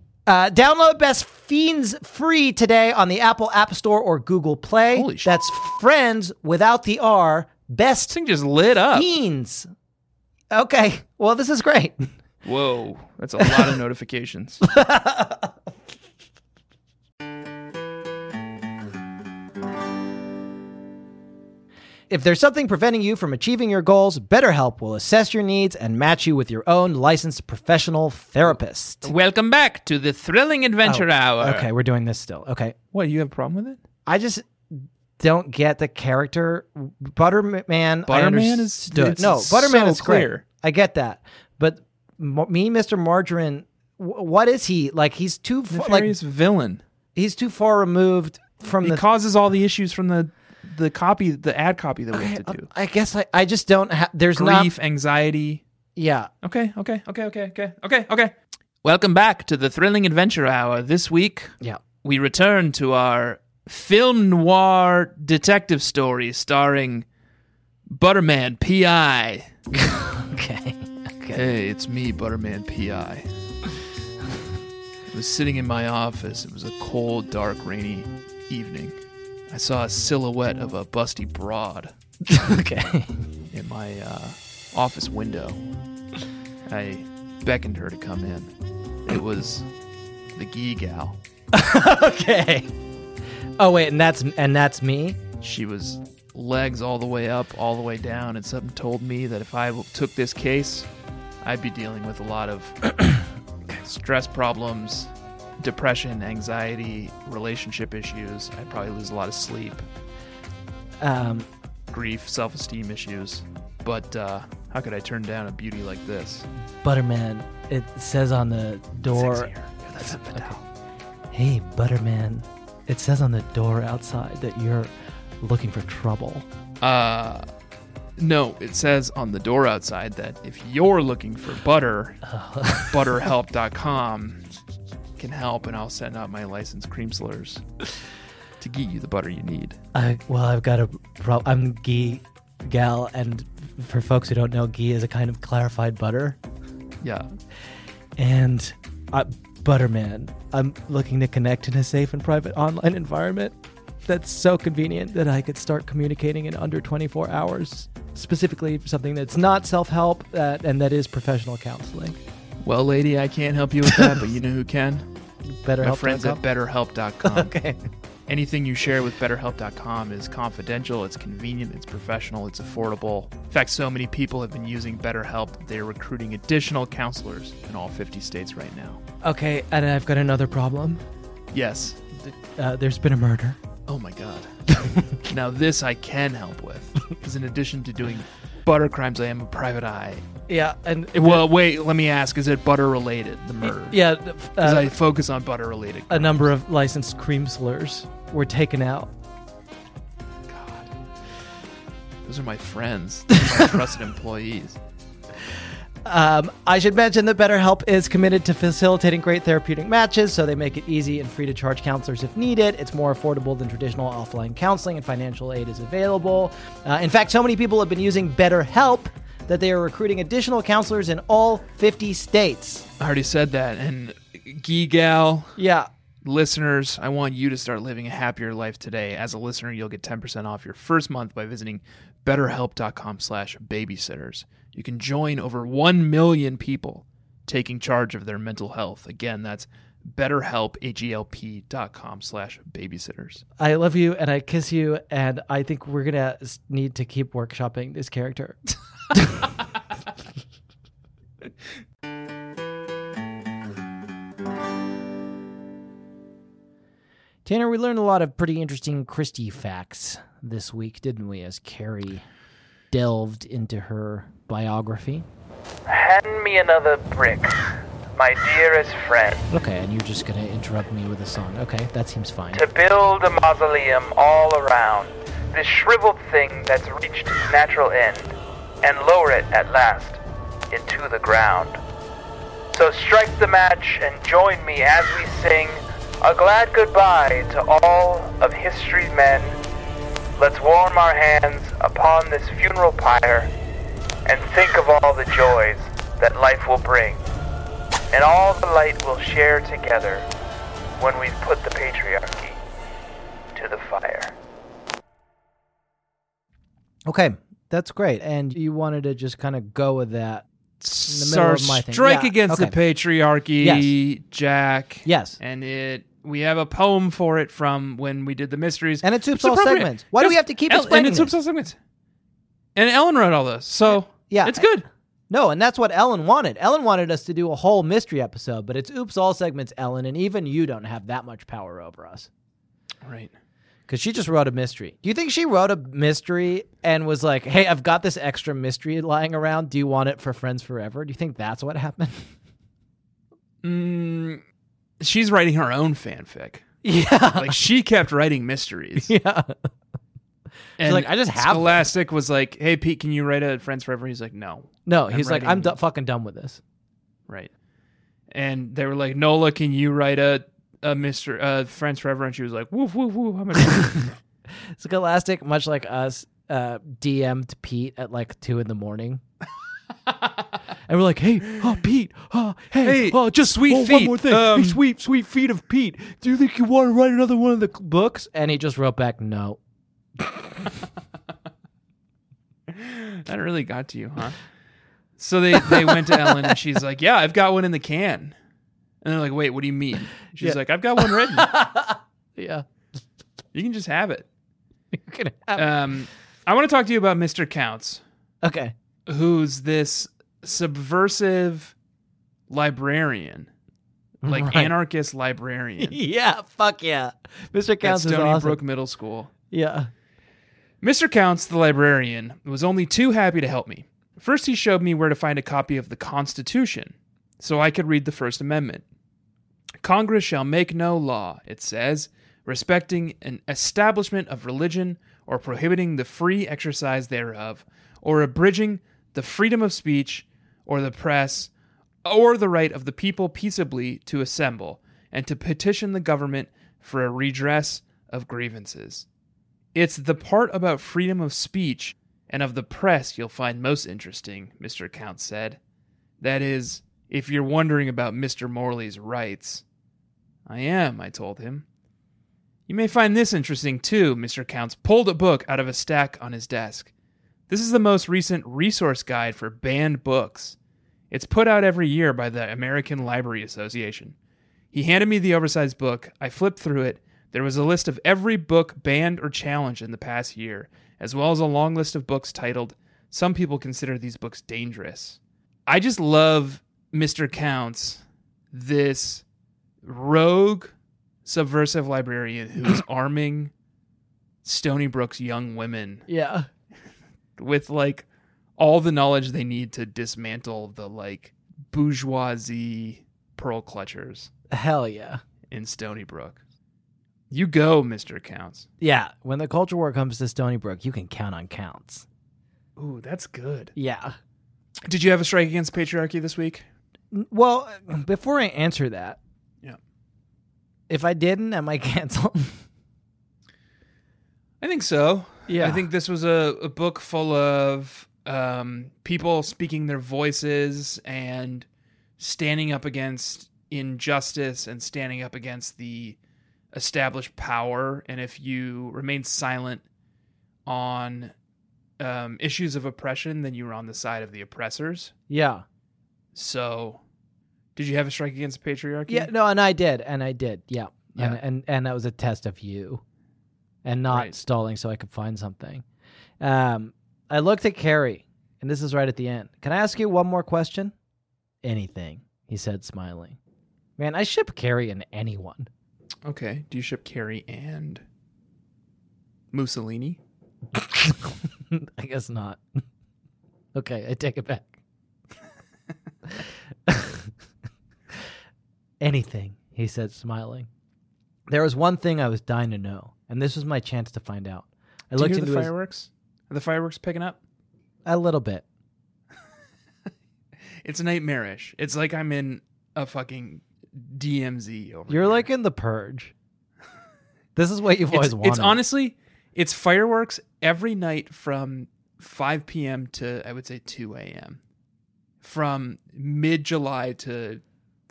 Speaker 2: Uh, download Best Fiends free today on the Apple App Store or Google Play.
Speaker 4: Holy shit.
Speaker 2: That's friends without the R.
Speaker 4: This
Speaker 2: Best
Speaker 4: thing just lit up.
Speaker 2: Fiends. Okay. Well, this is great.
Speaker 4: Whoa, that's a lot of notifications.
Speaker 2: If there's something preventing you from achieving your goals, BetterHelp will assess your needs and match you with your own licensed professional therapist.
Speaker 4: Welcome back to the thrilling adventure hour.
Speaker 2: Oh, Okay, we're doing this still. Okay.
Speaker 4: What, you have a problem with it?
Speaker 2: I just don't get the character Butterman. I
Speaker 4: Butterman is-
Speaker 2: understood.
Speaker 4: it's
Speaker 2: no Butterman
Speaker 4: so
Speaker 2: is great.
Speaker 4: clear.
Speaker 2: I get that, but m- me, Mister Margarine, wh- what is he like? He's too far, like
Speaker 4: Nefarious villain.
Speaker 2: he's too far removed from
Speaker 4: He
Speaker 2: the.
Speaker 4: causes all the issues from the the copy, the ad copy that we have to do.
Speaker 2: I guess I, I just don't have. There's
Speaker 4: Grief,
Speaker 2: not.
Speaker 4: anxiety.
Speaker 2: Yeah.
Speaker 4: Okay, okay, okay, okay, okay, okay, okay. Welcome back to the thrilling adventure hour. This week,
Speaker 2: Yeah.
Speaker 4: we return to our film noir detective story starring Butterman PI.
Speaker 2: Okay. Okay.
Speaker 4: Hey, it's me, Butterman PI. I was sitting in my office. It was a cold, dark, rainy evening. I saw a silhouette of a busty broad
Speaker 2: okay.
Speaker 4: in my uh, office window. I beckoned her to come in. It was the gee gal.
Speaker 2: Okay. Oh wait, and that's and that's me.
Speaker 4: She was legs all the way up, all the way down, and something told me that if I w- took this case, I'd be dealing with a lot of stress problems, depression, anxiety, relationship issues. I'd probably lose a lot of sleep,
Speaker 2: Um,
Speaker 4: grief, self esteem issues. But uh, how could I turn down a beauty like this?
Speaker 2: Butterman. It says on the door. Hey, Butterman. It says on the door outside that you're looking for trouble.
Speaker 4: Uh, no, it says on the door outside that if you're looking for butter, butterhelp.com can help, and I'll send out my licensed cream slurs to get you the butter you need.
Speaker 2: I, well, I've got a problem. I'm ghee gal, and for folks who don't know, ghee is a kind of clarified butter.
Speaker 4: Yeah.
Speaker 2: And I, Butterman, I'm looking to connect in a safe and private online environment that's so convenient that I could start communicating in under 24 hours. Specifically, something that's not self help uh, and that is professional counseling.
Speaker 4: Well, lady, I can't help you with that, but you know who can?
Speaker 2: Better
Speaker 4: My
Speaker 2: help.
Speaker 4: friends at betterhelp.com.
Speaker 2: Okay.
Speaker 4: Anything you share with BetterHelp.com is confidential, it's convenient, it's professional, it's affordable. In fact, so many people have been using BetterHelp that they're recruiting additional counselors in all 50 states right now.
Speaker 2: Okay, and I've got another problem.
Speaker 4: Yes.
Speaker 2: Uh, there's been a murder.
Speaker 4: Oh my god. now, this I can help with. Because in addition to doing butter crimes, I am a private eye. Eh,
Speaker 2: Yeah, and
Speaker 4: Well, wait, let me ask is it butter related, the murder?
Speaker 2: yeah,
Speaker 4: Because
Speaker 2: uh,
Speaker 4: I focus on butter related.
Speaker 2: a number of licensed cream slurs were taken out.
Speaker 4: God. Those are my friends, Those are my trusted employees.
Speaker 2: Um, I should mention that BetterHelp is committed to facilitating great therapeutic matches, so they make it easy and free to charge counselors if needed. It's more affordable than traditional offline counseling, and financial aid is available. Uh, in fact, so many people have been using BetterHelp that they are recruiting additional counselors in all 50 states.
Speaker 4: I already said that. And Gigal,
Speaker 2: Yeah.
Speaker 4: listeners, I want you to start living a happier life today. As a listener, you'll get 10% off your first month by visiting betterhelp.com slash babysitters. You can join over 1 million people taking charge of their mental health. Again, that's betterhelp, H-E-L-P dot com slash babysitters.
Speaker 2: I love you and I kiss you, and I think we're going to need to keep workshopping this character. Tanner, we learned a lot of pretty interesting Christie facts this week, didn't we, as Carrie delved into her biography?
Speaker 7: Hand me another brick, my dearest friend.
Speaker 2: Okay, and you're just going to interrupt me with a song. Okay, that seems fine.
Speaker 7: To build a mausoleum all around this shriveled thing that's reached its natural end, and lower it at last into the ground. So strike the match and join me as we sing a glad goodbye to all of history's men. Let's warm our hands upon this funeral pyre and think of all the joys that life will bring and all the light we'll share together when we've put the patriarchy to the fire.
Speaker 2: Okay, that's great. And you wanted to just kind of go with that the middle
Speaker 4: Our
Speaker 2: of my thing.
Speaker 4: strike
Speaker 2: Yeah,
Speaker 4: against the
Speaker 2: okay.
Speaker 4: patriarchy,
Speaker 2: Yes.
Speaker 4: Jack.
Speaker 2: Yes.
Speaker 4: And it we have a poem for it from when we did the mysteries.
Speaker 2: And it swoops
Speaker 4: It's
Speaker 2: all
Speaker 4: appropriate.
Speaker 2: segments. Why do we have to keep
Speaker 4: El-
Speaker 2: explaining
Speaker 4: And it swoops
Speaker 2: this?
Speaker 4: all segments. And Ellen wrote all those, so
Speaker 2: Yeah.
Speaker 4: it's good.
Speaker 2: No, and that's what Ellen wanted. Ellen wanted us to do a whole mystery episode, but it's oops all segments, Ellen, and even you don't have that much power over us
Speaker 4: Right.
Speaker 2: because she just wrote a mystery. Do you think she wrote a mystery and was like, "Hey, I've got this extra mystery lying around. Do you want it for friends forever?" Do you think that's what happened?
Speaker 4: Mm, she's writing her own fanfic.
Speaker 2: yeah,
Speaker 4: Like she kept writing mysteries.
Speaker 2: yeah.
Speaker 4: And
Speaker 2: like, I just have them.
Speaker 4: Scholastic was like, "Hey Pete, can you write a Friends Forever?" He's like, "No."
Speaker 2: No,
Speaker 4: I'm
Speaker 2: he's like, "I'm
Speaker 4: writing-
Speaker 2: d- fucking done with this."
Speaker 4: Right. And they were like, "Nola, can you write a a Mister uh, Friends Forever?" And she was like, "Woof woof woof." I'm gonna
Speaker 2: Scholastic, much like us, uh, DM'd Pete at like two in the morning. and we're like, hey, oh, Pete, oh, hey,
Speaker 4: Hey,
Speaker 2: oh, just
Speaker 4: Sweet
Speaker 2: oh, One
Speaker 4: Feet,
Speaker 2: more thing.
Speaker 4: um,
Speaker 2: hey, sweet, sweet feet of Pete. Do you think you want to write another one of the c- books? And he just wrote back, no.
Speaker 4: That really got to you, huh? So they, they went to Ellen and she's like, Yeah, I've got one in the can. And they're like, Wait, what do you mean? She's
Speaker 2: Yeah.
Speaker 4: like, I've got one written.
Speaker 2: Yeah.
Speaker 4: You can just have it.
Speaker 2: You could have it.
Speaker 4: Um, I want to talk to you about Mr. Counts,
Speaker 2: okay.
Speaker 4: who's this subversive librarian, like
Speaker 2: Right.
Speaker 4: anarchist librarian
Speaker 2: Yeah, fuck yeah. Mr.
Speaker 4: at
Speaker 2: Counts is
Speaker 4: Stony
Speaker 2: awesome.
Speaker 4: Brook Middle School.
Speaker 2: Yeah.
Speaker 4: Mr. Counts, the librarian, was only too happy to help me. First, he showed me where to find a copy of the Constitution so I could read the First Amendment. Congress shall make no law, it says, respecting an establishment of religion or prohibiting the free exercise thereof, or abridging the freedom of speech or the press, or the right of the people peaceably to assemble and to petition the government for a redress of grievances. It's the part about freedom of speech and of the press you'll find most interesting, Mr. Count said. That is, if you're wondering about Mr. Morley's rights. I am, I told him. You may find this interesting too, Mr. Counts pulled a book out of a stack on his desk. This is the most recent resource guide for banned books. It's put out every year by the American Library Association. He handed me the oversized book. I flipped through it. There was a list of every book banned or challenged in the past year, as well as a long list of books titled, Some People Consider These Books Dangerous. I just love Mr. Counts, this rogue subversive librarian who's arming Stony Brook's young women
Speaker 2: Yeah.
Speaker 4: with like all the knowledge they need to dismantle the like bourgeoisie pearl clutchers
Speaker 2: Hell yeah.
Speaker 4: in Stony Brook. You go, Mr. Counts.
Speaker 2: Yeah. When the culture war comes to Stony Brook, you can count on counts.
Speaker 4: Ooh, that's good.
Speaker 2: Yeah.
Speaker 4: Did you have a strike against patriarchy this week?
Speaker 2: N- Well, before I answer that,
Speaker 4: Yeah.
Speaker 2: if I didn't, am I canceled?
Speaker 4: I think so.
Speaker 2: Yeah.
Speaker 4: I think this was a, a book full of um, people speaking their voices and standing up against injustice and standing up against the established power. And if you remain silent on um, issues of oppression, then you were on the side of the oppressors.
Speaker 2: yeah.
Speaker 4: So, did you have a strike against patriarchy?
Speaker 2: Yeah. No, and I did. And I did. Yeah.
Speaker 4: Yeah.
Speaker 2: And, and, and that was a test of you and not
Speaker 4: Right.
Speaker 2: stalling so I could find something. Um, I looked at Carrie, and this is right at the end. Can I ask you one more question? Anything, he said, smiling. Man, I ship Carrie and anyone.
Speaker 4: Okay. Do you ship Carrie and Mussolini?
Speaker 2: I guess not. okay, I take it back. Anything, he said, smiling. There was one thing I was dying to know, and this was my chance to find out. I
Speaker 4: Do you
Speaker 2: looked
Speaker 4: hear
Speaker 2: into
Speaker 4: the
Speaker 2: his,
Speaker 4: fireworks? Are the fireworks picking up?
Speaker 2: a little bit.
Speaker 4: It's nightmarish. It's like I'm in a fucking DMZ over
Speaker 2: You're
Speaker 4: here.
Speaker 2: like in the purge. This is what you've
Speaker 4: it's,
Speaker 2: always wanted.
Speaker 4: it's honestly, it's fireworks every night from 5 p.m. to I would say 2 a.m. From mid July to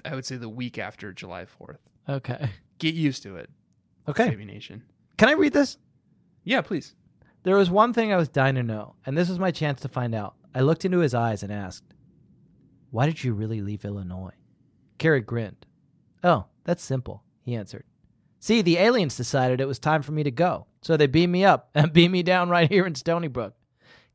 Speaker 4: I would say the week after July 4th.
Speaker 2: Okay.
Speaker 4: Get used to it,
Speaker 2: Okay.
Speaker 4: Baby Nation.
Speaker 2: Can I read this?
Speaker 4: Yeah, please.
Speaker 2: There was one thing I was dying to know, and this was my chance to find out. I looked into his eyes and asked, Why did you really leave Illinois? Carrie grinned. Oh, that's simple, he answered. See, the aliens decided it was time for me to go, so they beat me up and beat me down right here in Stony Brook.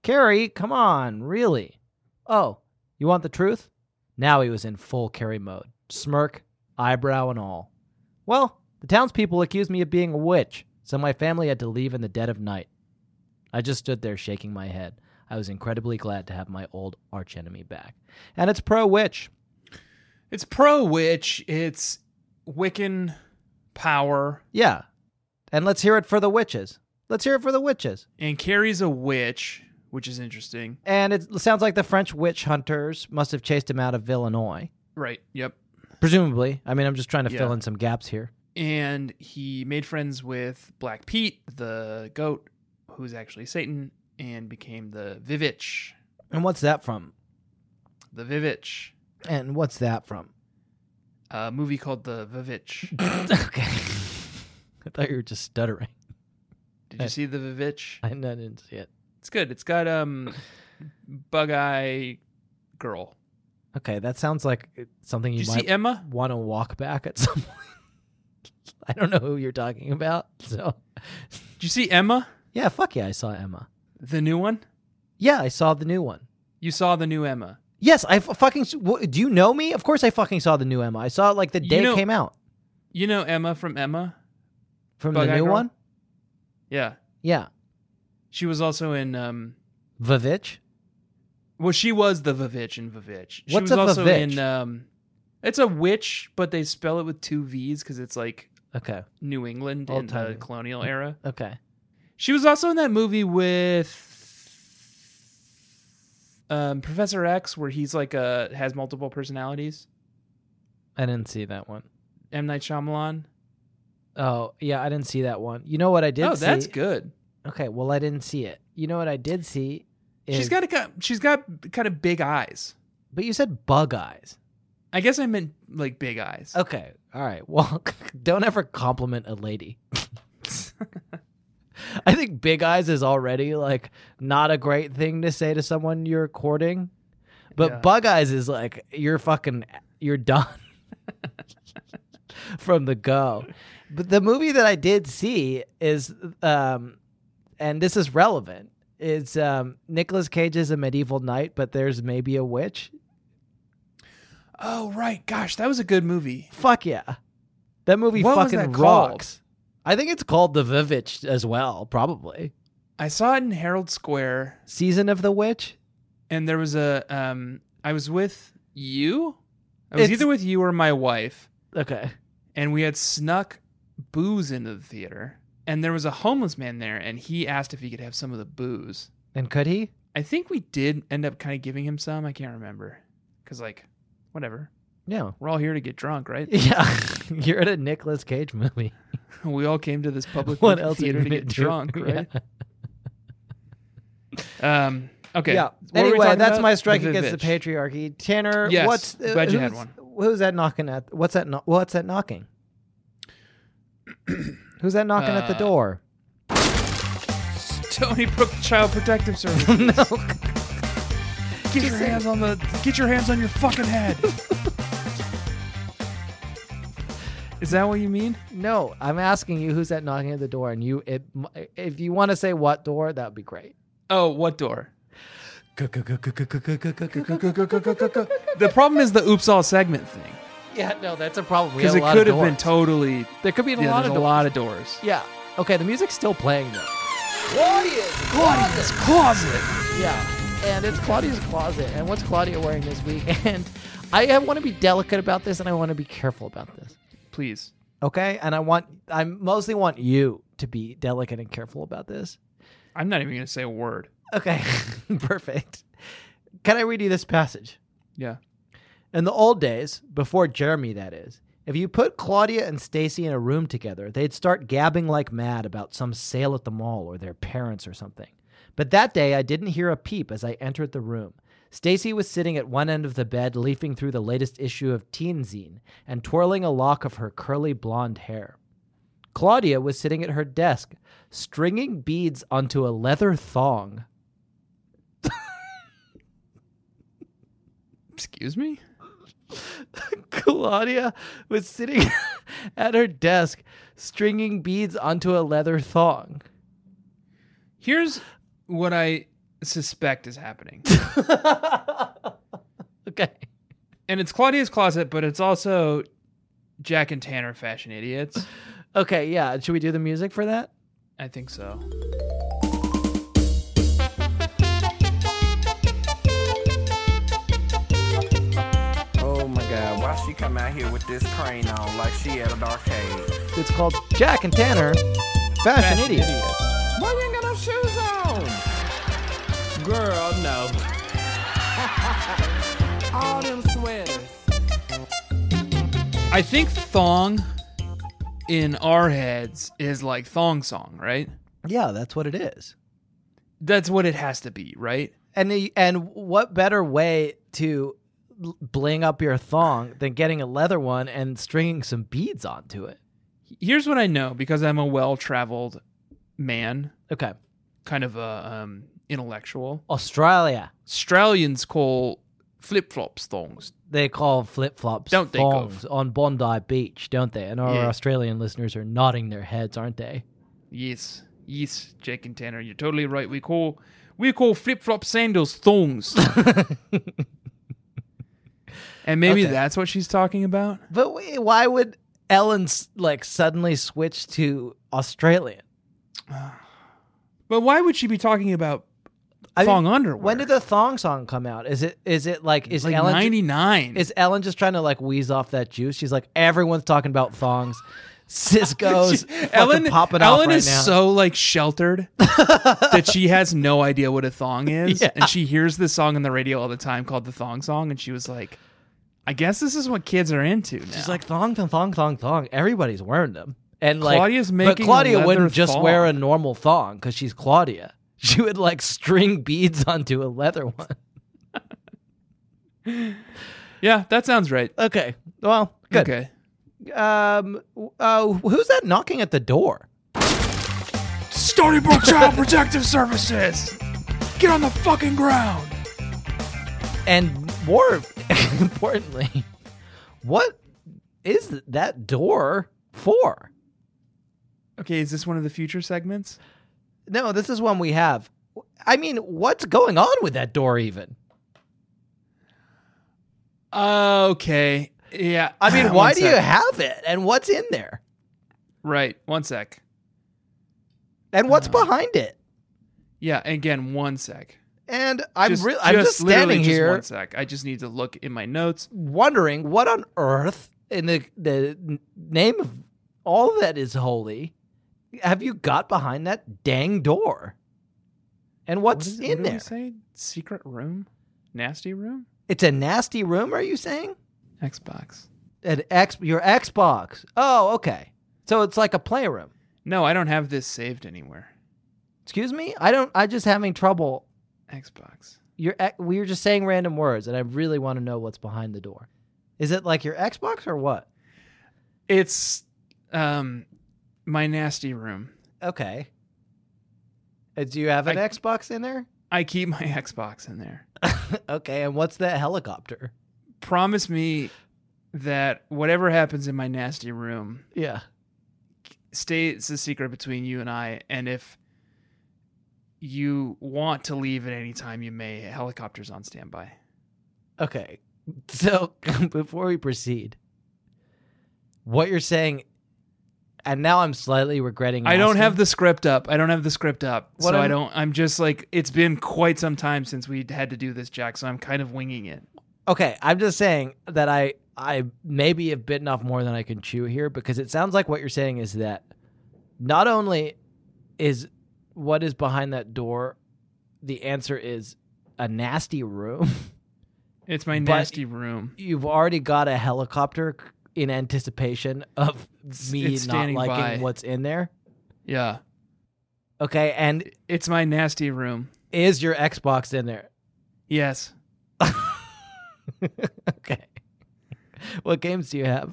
Speaker 2: Carrie, come on, really? Oh, you want the truth? Now he was in full Carrie mode, smirk, eyebrow, and all. Well, the townspeople accused me of being a witch, so my family had to leave in the dead of night. I just stood there shaking my head. I was incredibly glad to have my old archenemy back. And it's pro witch.
Speaker 4: It's pro witch. It's Wiccan power.
Speaker 2: Yeah. And let's hear it for the witches. Let's hear it for the witches.
Speaker 4: And Carrie's a witch, which is interesting.
Speaker 2: And it sounds like the French witch hunters must have chased him out of Illinois.
Speaker 4: Right. Yep.
Speaker 2: Presumably. I mean, I'm just trying to fill
Speaker 4: Yeah.
Speaker 2: in some gaps here.
Speaker 4: and he made friends with Black Pete, the goat, who's actually Satan, and became the Vivitch.
Speaker 2: And what's that from?
Speaker 4: The Vivitch.
Speaker 2: And what's that from?
Speaker 4: A movie called The Vivitch.
Speaker 2: okay. I thought you were just stuttering.
Speaker 4: Did you see The Vivitch?
Speaker 2: I didn't see it.
Speaker 4: It's good. It's got um, Bug Eye Girl.
Speaker 2: Okay, that sounds like it- something
Speaker 4: Did
Speaker 2: you,
Speaker 4: you
Speaker 2: might
Speaker 4: see Emma?
Speaker 2: want to walk back at some point. I don't know who you're talking about. So,
Speaker 4: Did you see Emma?
Speaker 2: yeah, fuck yeah, I saw Emma.
Speaker 4: The new one?
Speaker 2: Yeah, I saw the new one.
Speaker 4: You saw the new Emma.
Speaker 2: Yes, I f- fucking. s- wha- Do you know me? Of course, I fucking saw the new Emma. I saw it like the
Speaker 4: You
Speaker 2: day
Speaker 4: know-
Speaker 2: it came out
Speaker 4: You know Emma from Emma?
Speaker 2: from
Speaker 4: Bug
Speaker 2: the
Speaker 4: Eye
Speaker 2: new
Speaker 4: Girl?
Speaker 2: one.
Speaker 4: Yeah.
Speaker 2: Yeah,
Speaker 4: She was also in um
Speaker 2: Vavitch.
Speaker 4: well she was the Vivitch in Vivitch. She
Speaker 2: What's
Speaker 4: was
Speaker 2: a
Speaker 4: also
Speaker 2: Vavitch?
Speaker 4: in um it's a witch, but they spell it with two V's because it's like
Speaker 2: Okay,
Speaker 4: New England
Speaker 2: Old
Speaker 4: in the
Speaker 2: timey.
Speaker 4: colonial era.
Speaker 2: okay.
Speaker 4: She was also in that movie with um Professor X where he's like uh has multiple personalities.
Speaker 2: I didn't see that one.
Speaker 4: M Night Shyamalan.
Speaker 2: Oh yeah, I didn't see that one. You know what I did?
Speaker 4: oh,
Speaker 2: see?
Speaker 4: that's good.
Speaker 2: Okay, well I didn't see it. You know what I did see? Is,
Speaker 4: She's got a co- she's got kind of big eyes.
Speaker 2: But you said bug eyes.
Speaker 4: I guess I meant like big eyes.
Speaker 2: Okay, all right. Well, don't ever compliment a lady. I think big eyes is already like not a great thing to say to someone you're courting, but
Speaker 4: Yeah.
Speaker 2: bug eyes is like you're fucking you're done from the go. But the movie that I did see is, um, and this is relevant. It's um, Nicolas Cage is a medieval knight, but there's maybe a witch.
Speaker 4: Oh right, gosh, that was a good movie.
Speaker 2: Fuck yeah. That movie
Speaker 4: What was
Speaker 2: fucking
Speaker 4: that called?
Speaker 2: rocks. I think it's called The Vivitch as well, probably.
Speaker 4: I saw it in Herald Square,
Speaker 2: Season of the Witch?
Speaker 4: and there was a um. I was with you. I was
Speaker 2: It's-
Speaker 4: either with you or my wife,
Speaker 2: Okay.
Speaker 4: and we had snuck booze into the theater. And there was a homeless man there, and he asked if he could have some of the booze.
Speaker 2: And could he?
Speaker 4: I think we did end up kind of giving him some. I can't remember, cause like, whatever.
Speaker 2: No.
Speaker 4: We're all here to get drunk, right?
Speaker 2: Yeah. You're at a Nicolas Cage movie.
Speaker 4: we all came to this public
Speaker 2: What
Speaker 4: movie
Speaker 2: else are you
Speaker 4: theater to
Speaker 2: gonna
Speaker 4: get
Speaker 2: do?
Speaker 4: drunk,
Speaker 2: Yeah.
Speaker 4: right? Um. Okay.
Speaker 2: Yeah.
Speaker 4: What were we
Speaker 2: Anyway,
Speaker 4: talking
Speaker 2: that's
Speaker 4: about?
Speaker 2: my strike against the
Speaker 4: Vivitch.
Speaker 2: patriarchy. Tanner,
Speaker 4: Yes,
Speaker 2: what's uh,
Speaker 4: glad you had
Speaker 2: who's- Who's that knocking at? What's that? kno- what's that knocking? who's that knocking at the
Speaker 4: Uh,
Speaker 2: door?
Speaker 4: Tony Brook Child Protective Service.
Speaker 2: no.
Speaker 4: Get your hands on the. Get your hands on your fucking head. Is that what you mean?
Speaker 2: No, I'm asking you who's that knocking at the door, and you it, if you want to say what door, that would be great.
Speaker 4: Oh, what door? The problem is the oops all segment thing
Speaker 2: Yeah, no, that's a problem. We
Speaker 4: because
Speaker 2: have a
Speaker 4: it
Speaker 2: lot
Speaker 4: could
Speaker 2: of
Speaker 4: have been
Speaker 2: doors.
Speaker 4: totally.
Speaker 2: There could be a
Speaker 4: Yeah,
Speaker 2: lot
Speaker 4: there's
Speaker 2: of
Speaker 4: a
Speaker 2: doors.
Speaker 4: lot of doors.
Speaker 2: Yeah. Okay, the music's still playing though.
Speaker 4: Claudius Closet.
Speaker 2: Yeah, and it's Claudia's closet. And what's Claudia wearing this week? And I, I want to be delicate about this, and I want to be careful about this.
Speaker 4: Please.
Speaker 2: Okay, and I want I mostly want you to be delicate and careful about this.
Speaker 4: I'm not even gonna say a word.
Speaker 2: Okay, perfect. Can I read you this passage?
Speaker 4: Yeah.
Speaker 2: In the old days, before Jeremy, that is, if you put Claudia and Stacy in a room together, they'd start gabbing like mad about some sale at the mall or their parents or something. But that day, I didn't hear a peep as I entered the room. Stacy was sitting at one end of the bed, leafing through the latest issue of Teen Zine and twirling a lock of her curly blonde hair. Claudia was sitting at her desk, stringing beads onto a leather thong.
Speaker 4: Excuse me.
Speaker 2: Claudia was sitting at her desk, stringing beads onto a leather thong.
Speaker 4: Here's what I suspect is happening.
Speaker 2: Okay.
Speaker 4: and it's Claudia's closet, but it's also Jack and Tanner fashion idiots.
Speaker 2: Okay, yeah. Should we do the music for that?
Speaker 4: I think so.
Speaker 8: Oh my god, why she come out here with this crane on like she at an arcade?
Speaker 2: It's called Jack and Tanner Fashion,
Speaker 4: Fashion
Speaker 2: Idiots.
Speaker 8: Why you ain't got no shoes on? Girl, no. All them sweaters.
Speaker 4: I think thong in our heads is like thong song, right?
Speaker 2: Yeah, that's what it is.
Speaker 4: That's what it has to be, right?
Speaker 2: And the, and what better way to l- bling up your thong than getting a leather one and stringing some beads onto it?
Speaker 4: Here's what I know because I'm a well-traveled man,
Speaker 2: Okay,
Speaker 4: kind of a um, intellectual.
Speaker 2: Australia
Speaker 4: Australians call flip-flops thongs.
Speaker 2: they call flip flops
Speaker 4: Don't they, Gov?
Speaker 2: thongs on Bondi Beach, don't they? And our
Speaker 4: Yeah.
Speaker 2: Australian listeners are nodding their heads, aren't they?
Speaker 4: Yes, yes, Jake and Tanner, you're totally right. We call we call flip flop sandals thongs. and maybe
Speaker 2: Okay.
Speaker 4: that's what she's talking about.
Speaker 2: But wait, why would Ellen s- like suddenly switch to Australian?
Speaker 4: But why would she be talking about
Speaker 2: I
Speaker 4: thong
Speaker 2: mean,
Speaker 4: underwear?
Speaker 2: When did the thong song come out? Is it is it like is
Speaker 4: like
Speaker 2: Ellen ju-
Speaker 4: ninety nine?
Speaker 2: is Ellen just trying to like wheeze off that juice? She's like everyone's talking about thongs. Cisco's
Speaker 4: Ellen
Speaker 2: fucking popping off
Speaker 4: Ellen
Speaker 2: right
Speaker 4: is
Speaker 2: now.
Speaker 4: so like sheltered that she has no idea what a thong is,
Speaker 2: Yeah.
Speaker 4: and she hears this song on the radio all the time called the thong song, and she was like, "I guess this is what kids are into." Now.
Speaker 2: She's like thong, thong, thong, thong, thong. Everybody's wearing them, and like
Speaker 4: Claudia's
Speaker 2: But
Speaker 4: making a
Speaker 2: Claudia wouldn't
Speaker 4: leather
Speaker 2: just
Speaker 4: thong.
Speaker 2: wear a normal thong because she's Claudia. She would like string beads onto a leather one.
Speaker 4: "Yeah, that sounds right."
Speaker 2: Okay, well, good.
Speaker 4: Okay.
Speaker 2: Um, w- uh, who's that knocking at the door?
Speaker 6: Stony Brook Child Protective Services! Get on the fucking ground!
Speaker 2: And more importantly, what is that door for?
Speaker 4: Okay, is this one of the future segments?
Speaker 2: No, this is one we have. I mean, what's going on with that door even?
Speaker 4: Uh, Okay. Yeah.
Speaker 2: I mean,
Speaker 4: One
Speaker 2: why do you
Speaker 4: sec.
Speaker 2: have it? And what's in there?
Speaker 4: Right. One sec.
Speaker 2: And what's behind it?
Speaker 4: Yeah. Again, one sec.
Speaker 2: And I'm
Speaker 4: Just-
Speaker 2: re- I'm just
Speaker 4: literally
Speaker 2: standing
Speaker 4: just
Speaker 2: here
Speaker 4: One sec. I just need to look in my notes.
Speaker 2: wondering what on earth in the the n- name of all that is holy have you got behind that dang door? And
Speaker 4: What
Speaker 2: what's
Speaker 4: is it-
Speaker 2: in
Speaker 4: what did we
Speaker 2: there?
Speaker 4: say? Secret room? Nasty room?
Speaker 2: It's a nasty room, are you saying?
Speaker 4: Xbox.
Speaker 2: An X your Xbox. Oh, okay. So it's like a playroom.
Speaker 4: No, I don't have this saved anywhere.
Speaker 2: Excuse me? I don't I just having trouble
Speaker 4: Xbox.
Speaker 2: your ex- we were just saying random words and I really want to know what's behind the door. Is it like your Xbox or what?
Speaker 4: It's um my nasty room.
Speaker 2: Okay. Uh, Do you have an
Speaker 4: I-
Speaker 2: Xbox in there?
Speaker 4: I keep my Xbox in there.
Speaker 2: okay, and what's that helicopter?
Speaker 4: Promise me that whatever happens in my nasty room
Speaker 2: Yeah.
Speaker 4: stays a secret between you and I. And if you want to leave at any time, you may. Helicopter's on standby.
Speaker 2: Okay. So before we proceed, what you're saying, and now I'm slightly regretting.
Speaker 4: I don't
Speaker 2: asking-
Speaker 4: have the script up. I don't have the script up.
Speaker 2: What
Speaker 4: so I'm, I
Speaker 2: I'm-
Speaker 4: do not I'm just like, it's been quite some time since we had to do this, Jack. So I'm kind of winging it.
Speaker 2: Okay, I'm just saying that I I maybe have bitten off more than I can chew here because it sounds like what you're saying is that not only is what is behind that door, the answer is a nasty room.
Speaker 4: It's my
Speaker 2: But-
Speaker 4: nasty room.
Speaker 2: you've already got a helicopter c- in anticipation of me
Speaker 4: it's
Speaker 2: not
Speaker 4: standing
Speaker 2: liking
Speaker 4: by.
Speaker 2: what's in there.
Speaker 4: Yeah.
Speaker 2: Okay, and
Speaker 4: It's my nasty room.
Speaker 2: is your Xbox in there?
Speaker 4: Yes.
Speaker 2: okay. What games do you have?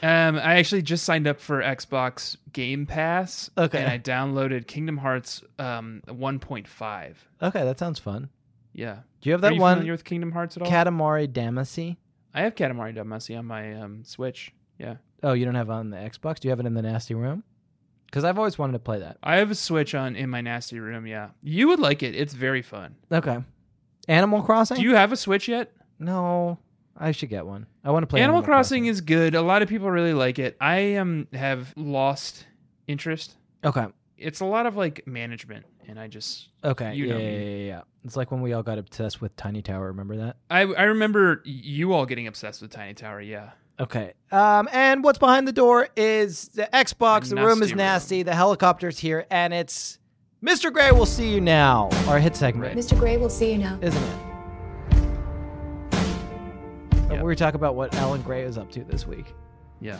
Speaker 4: Um, I actually just signed up for Xbox Game Pass.
Speaker 2: Okay.
Speaker 4: And I downloaded Kingdom Hearts um, 1.5.
Speaker 2: Okay, that sounds fun.
Speaker 4: Yeah.
Speaker 2: Do you have
Speaker 4: Are
Speaker 2: that
Speaker 4: you
Speaker 2: one
Speaker 4: familiar with Kingdom Hearts at all?
Speaker 2: Katamari Damacy?
Speaker 4: I have Katamari Damacy on my um, Switch. Yeah,
Speaker 2: Oh, you don't have it on the Xbox? Do you have it in the nasty room? Because I've always wanted to play that.
Speaker 4: I have a Switch on in my nasty room. Yeah, you would like it. It's very fun.
Speaker 2: Okay. Animal Crossing?
Speaker 4: Do you have a Switch yet?
Speaker 2: No, I should get one. I want to play
Speaker 4: Animal Crossing, is good. A lot of people really like it. I um have lost interest.
Speaker 2: Okay.
Speaker 4: It's a lot of like management, and I just
Speaker 2: Okay.
Speaker 4: You
Speaker 2: yeah,
Speaker 4: know
Speaker 2: yeah,
Speaker 4: me.
Speaker 2: yeah, yeah, yeah. It's like when we all got obsessed with Tiny Tower. Remember that?
Speaker 4: I I remember you all getting obsessed with Tiny Tower. Yeah,
Speaker 2: Okay. Um, and what's behind the door is the Xbox. The,
Speaker 4: The
Speaker 2: room
Speaker 4: nasty
Speaker 2: is
Speaker 4: room.
Speaker 2: nasty. The helicopter's here, and it's Mr. Gray. We'll see you now. Our hit segment,
Speaker 9: Mr. Gray will see you now.
Speaker 2: isn't it?
Speaker 4: Yep.
Speaker 2: We're talking about what Alan Gray is up to this week,
Speaker 4: yeah.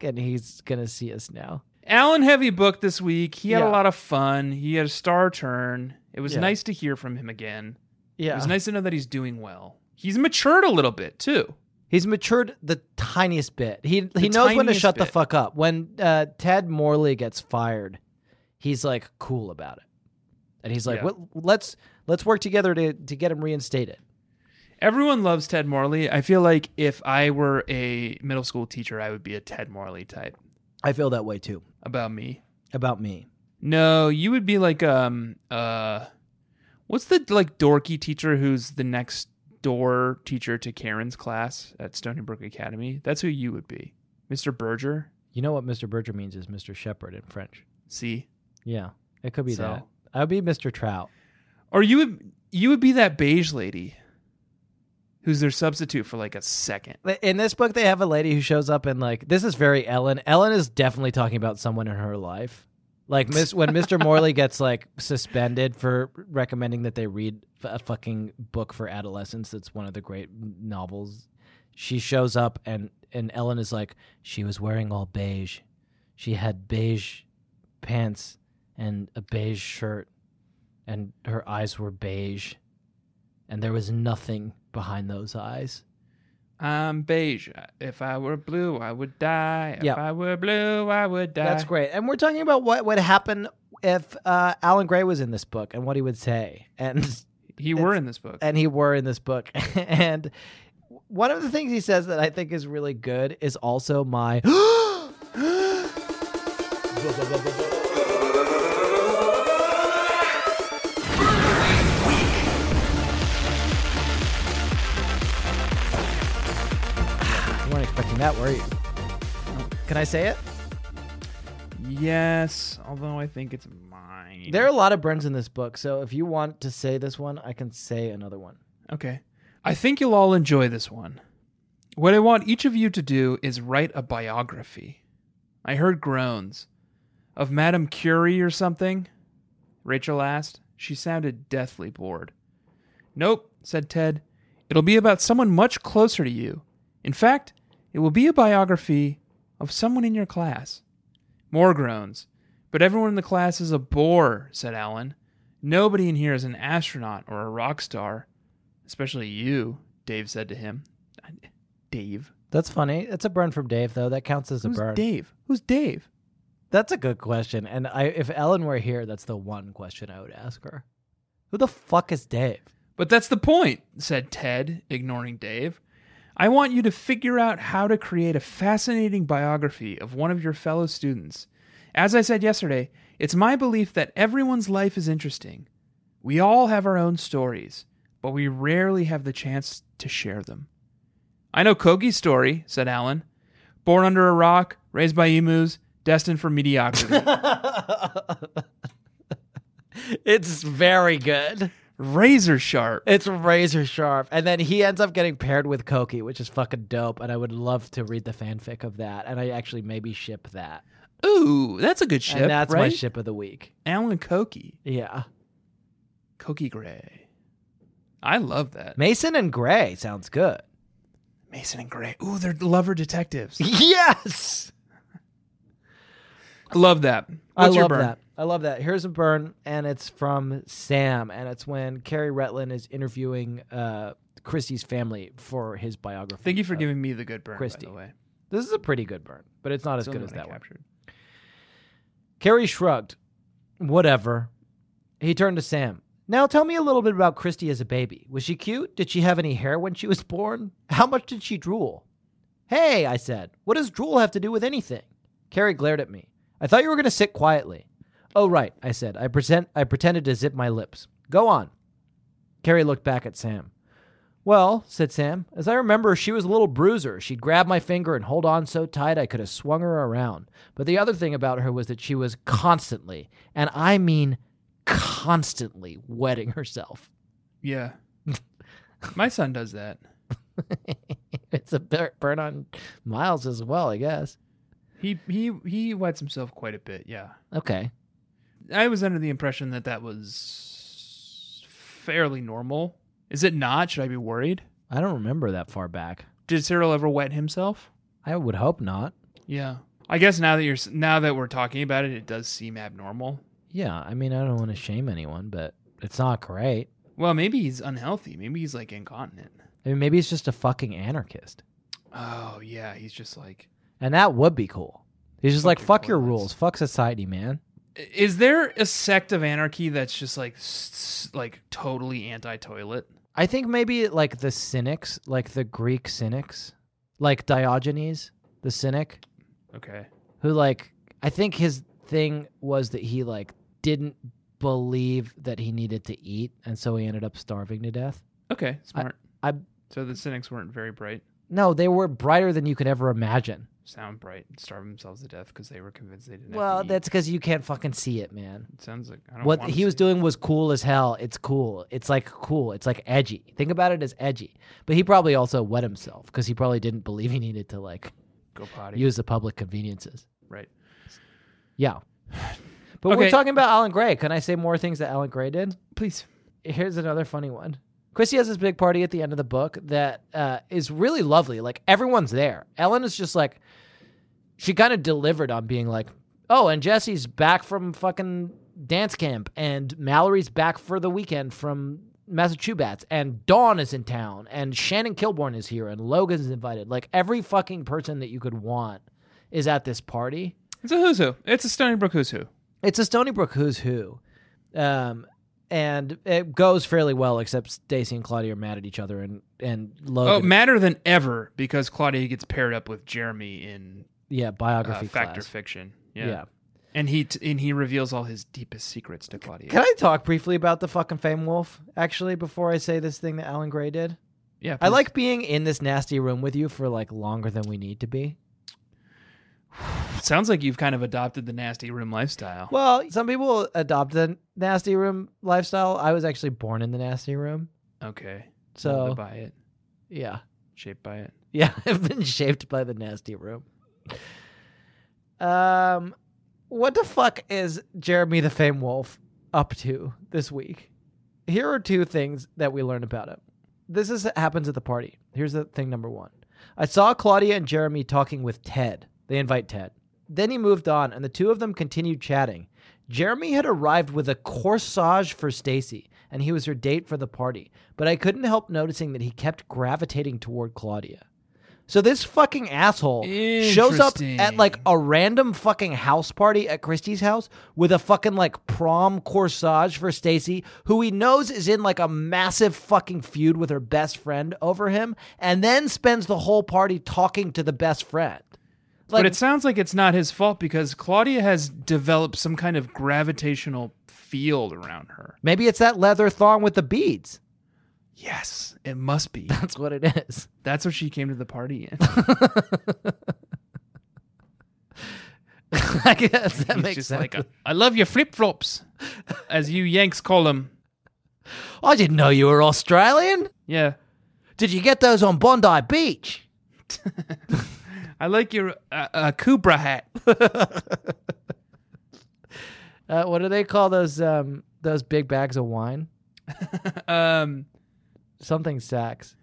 Speaker 2: and he's gonna see us now.
Speaker 4: Alan Heavy booked this week. He had
Speaker 2: Yeah.
Speaker 4: a lot of fun. He had a star turn. It was
Speaker 2: Yeah.
Speaker 4: nice to hear from him again.
Speaker 2: Yeah.
Speaker 4: It was nice to know that he's doing well. He's matured a little bit too.
Speaker 2: He's matured the tiniest bit. He he knows when to
Speaker 4: tiniest
Speaker 2: shut the
Speaker 4: bit.
Speaker 2: fuck up. When uh, Ted Morley gets fired, he's like cool about it, and he's like,
Speaker 4: Yeah.
Speaker 2: well, "Let's let's work together to to get him reinstated."
Speaker 4: Everyone loves Ted Morley. I feel like if I were a middle school teacher, I would be a Ted Morley type
Speaker 2: I feel that way too
Speaker 4: about me.
Speaker 2: about me.
Speaker 4: No, you would be like um uh what's the like dorky teacher who's the next door teacher to Karen's class at Stony Brook Academy? That's who you would be. Mr. Berger.
Speaker 2: You know what Mr. Berger means is Mr. Shepherd in French.
Speaker 4: See?
Speaker 2: Yeah, it could be
Speaker 4: So?
Speaker 2: that. I'd be Mr. Trout.
Speaker 4: Or you would you would be that beige lady who's their substitute for like a second.
Speaker 2: In this book, they have a lady who shows up and like this is very Ellen. Ellen is definitely talking about someone in her life. Like miss, when Mr. Morley gets like suspended for recommending that they read f- a fucking book for adolescents. That's one of the great novels. She shows up and and Ellen is like she was wearing all beige. She had beige pants and a beige shirt, and her eyes were beige, and there was nothing behind those eyes.
Speaker 4: I'm beige. If I were blue, I would die. If
Speaker 2: Yeah.
Speaker 4: I were blue, I would die.
Speaker 2: That's great. And we're talking about what would happen if uh, Alan Gray was in this book and what he would say and
Speaker 4: He were in this book.
Speaker 2: and he were in this book. and one of the things he says that I think is really good is also my You weren't expecting that, were you? Can I say it?
Speaker 4: Yes, although I think it's mine.
Speaker 2: There are a lot of burns in this book, so if you want to say this one, I can say another one.
Speaker 4: Okay. I think you'll all enjoy this one. What I want each of you to do is write a biography. I heard groans. Of Madame Curie or something? Rachel asked. She sounded deathly bored. Nope, said Ted. It'll be about someone much closer to you. In fact, it will be a biography of someone in your class. More groans. But everyone in the class is a bore, said Alan. Nobody in here is an astronaut or a rock star especially you, Dave said to him. I- Dave?
Speaker 2: That's funny. It's a burn from Dave, though. That counts as a
Speaker 4: Who's
Speaker 2: burn.
Speaker 4: Dave? Who's Dave?
Speaker 2: That's a good question. And I, if Ellen were here, that's the one question I would ask her. Who the fuck is Dave?
Speaker 4: But that's the point, said Ted, ignoring Dave. I want you to figure out how to create a fascinating biography of one of your fellow students. As I said yesterday, it's my belief that everyone's life is interesting. We all have our own stories, but we rarely have the chance to share them. I know Kogi's story, said Alan. Born under a rock, raised by emus, destined for mediocrity.
Speaker 2: it's very good.
Speaker 4: razor sharp.
Speaker 2: It's razor sharp. And then he ends up getting paired with Koki, which is fucking dope. And I would love to read the fanfic of that. And I actually maybe ship that.
Speaker 4: Ooh, that's a good ship.
Speaker 2: and that's my
Speaker 4: right?
Speaker 2: ship of the week.
Speaker 4: Alan Cokie.
Speaker 2: Yeah.
Speaker 4: Cokie Gray. I love that.
Speaker 2: Mason and Gray sounds good.
Speaker 4: Mason and Gray. Ooh, they're lover detectives.
Speaker 2: Yes.
Speaker 4: I love that.
Speaker 2: I
Speaker 4: What's your
Speaker 2: love
Speaker 4: burn?
Speaker 2: that. I love that. Here's a burn, and it's from Sam, and it's when Carrie Retlin is interviewing uh, Christie's family for his biography.
Speaker 4: Thank you for
Speaker 2: of-
Speaker 4: giving me the good burn,
Speaker 2: Christie.
Speaker 4: by the way.
Speaker 2: This is a pretty good burn, but it's not as
Speaker 4: It's the
Speaker 2: good as
Speaker 4: only one I
Speaker 2: that one.
Speaker 4: captured.
Speaker 2: Carrie shrugged. Whatever. He turned to Sam. Now tell me a little bit about Christy as a baby. Was she cute? Did she have any hair when she was born? How much did she drool? Hey, I said, what does drool have to do with anything? Carrie glared at me. I thought you were going to sit quietly. Oh, right, I said. I, pretend, I pretended to zip my lips. Go on. Carrie looked back at Sam. Well, said Sam, as I remember, she was a little bruiser. She'd grab my finger and hold on so tight I could have swung her around. But the other thing about her was that she was constantly, and I mean constantly, wetting herself.
Speaker 4: Yeah. my son does that.
Speaker 2: it's a bur- burn on Miles as well, I guess.
Speaker 4: He he he wets himself quite a bit. Yeah.
Speaker 2: Okay.
Speaker 4: I was under the impression that that was fairly normal. Is it not? Should I be worried?
Speaker 2: I don't remember that far back.
Speaker 4: Did Cyril ever wet himself?
Speaker 2: I would hope not.
Speaker 4: Yeah. I guess now that you're s- now that we're talking about it, it does seem abnormal.
Speaker 2: Yeah, I mean, I don't want to shame anyone, but It's not great.
Speaker 4: Well, maybe he's unhealthy. Maybe he's like incontinent.
Speaker 2: I mean, maybe he's just a fucking anarchist.
Speaker 4: Oh yeah, he's just like.
Speaker 2: And that would be cool. He's just like,
Speaker 4: Fucking
Speaker 2: fuck your
Speaker 4: toilets.
Speaker 2: rules. Fuck society, man.
Speaker 4: I- Is there a sect of anarchy that's just like s- s- like totally anti-toilet?
Speaker 2: I think maybe like the cynics, like the Greek cynics, like Diogenes, the cynic,
Speaker 4: Okay.
Speaker 2: who like I think his thing was that he like didn't believe that he needed to eat and so he ended up starving to death.
Speaker 4: Okay. Smart.
Speaker 2: I
Speaker 4: so the cynics weren't very bright.
Speaker 2: no, they were brighter than you could ever imagine.
Speaker 4: Sound bright. Starve themselves to death because they were convinced they didn't. have to
Speaker 2: Well,
Speaker 4: eat.
Speaker 2: that's cuz you can't fucking see it, man.
Speaker 4: It sounds like I don't.
Speaker 2: What
Speaker 4: wanna
Speaker 2: he was
Speaker 4: see-
Speaker 2: doing was cool as hell. It's cool. It's like cool. It's like edgy. Think about it as edgy. But he probably also wet himself because he probably didn't believe he needed to like
Speaker 4: Go potty.
Speaker 2: use the public conveniences.
Speaker 4: right.
Speaker 2: Yeah. But we're
Speaker 4: Okay.
Speaker 2: talking about Alan Gray. Can I say more things that Alan Gray did?
Speaker 4: Please.
Speaker 2: Here's another funny one. Chrissy has this big party at the end of the book that uh, is really lovely. Like everyone's there. Ellen is just like, she kind of delivered on being like, oh, and Jesse's back from fucking dance camp, and Mallory's back for the weekend from Massachusetts, and Dawn is in town, and Shannon Kilborn is here, and Logan's invited. Like every fucking person that you could want is at this party
Speaker 4: It's a who's who. It's a Stony Brook who's who.
Speaker 2: it's a Stony Brook who's who, um, and it goes fairly well. Except Stacy and Claudia are mad at each other, and and
Speaker 4: Oh,
Speaker 2: Logan,
Speaker 4: madder than ever because Claudia gets paired up with Jeremy in
Speaker 2: yeah,
Speaker 4: uh,
Speaker 2: biography
Speaker 4: Factor
Speaker 2: class.
Speaker 4: Fiction.
Speaker 2: yeah.
Speaker 4: Yeah. and he t- and he reveals all his deepest secrets to Claudia.
Speaker 2: Can I talk briefly about the fucking Fame Wolf actually before I say this thing that Alan Gray did?
Speaker 4: yeah,
Speaker 2: I
Speaker 4: please.
Speaker 2: like being in this nasty room with you for like longer than we need to be.
Speaker 4: Sounds like you've kind of adopted the nasty room lifestyle.
Speaker 2: Well, some people adopt the nasty room lifestyle. I was actually born in the nasty room,
Speaker 4: Okay. Molded
Speaker 2: so
Speaker 4: by it,
Speaker 2: yeah.
Speaker 4: shaped by it.
Speaker 2: Yeah, I've been shaped by the nasty room. Um, what the fuck is Jeremy the Fame Wolf up to this week? Here are two things that we learn about him. This is happens at the party. Here's the thing number one. I saw Claudia and Jeremy talking with Ted. They invite Ted. Then he moved on, and the two of them continued chatting. Jeremy had arrived with a corsage for Stacy, and he was her date for the party. But I couldn't help noticing that he kept gravitating toward Claudia. So this fucking asshole shows up at like a random fucking house party at Christie's house with a fucking like prom corsage for Stacy, who he knows is in like a massive fucking feud with her best friend over him, and then spends the whole party talking to the best friend.
Speaker 4: but it sounds like it's not his fault because Claudia has developed some kind of gravitational field around her.
Speaker 2: Maybe it's that leather thong with the beads.
Speaker 4: Yes, it must be.
Speaker 2: That's what it is.
Speaker 4: That's what she came to the party in.
Speaker 2: I guess that
Speaker 4: He's
Speaker 2: makes
Speaker 4: just
Speaker 2: sense.
Speaker 4: like, I love your flip flops, as you Yanks call them.
Speaker 2: I didn't know you were Australian.
Speaker 4: Yeah,
Speaker 2: Did you get those on Bondi Beach?
Speaker 4: I like your uh, uh, Kubra hat.
Speaker 2: Uh, what do they call those um, those big bags of wine?
Speaker 4: Um,
Speaker 2: Something sacks.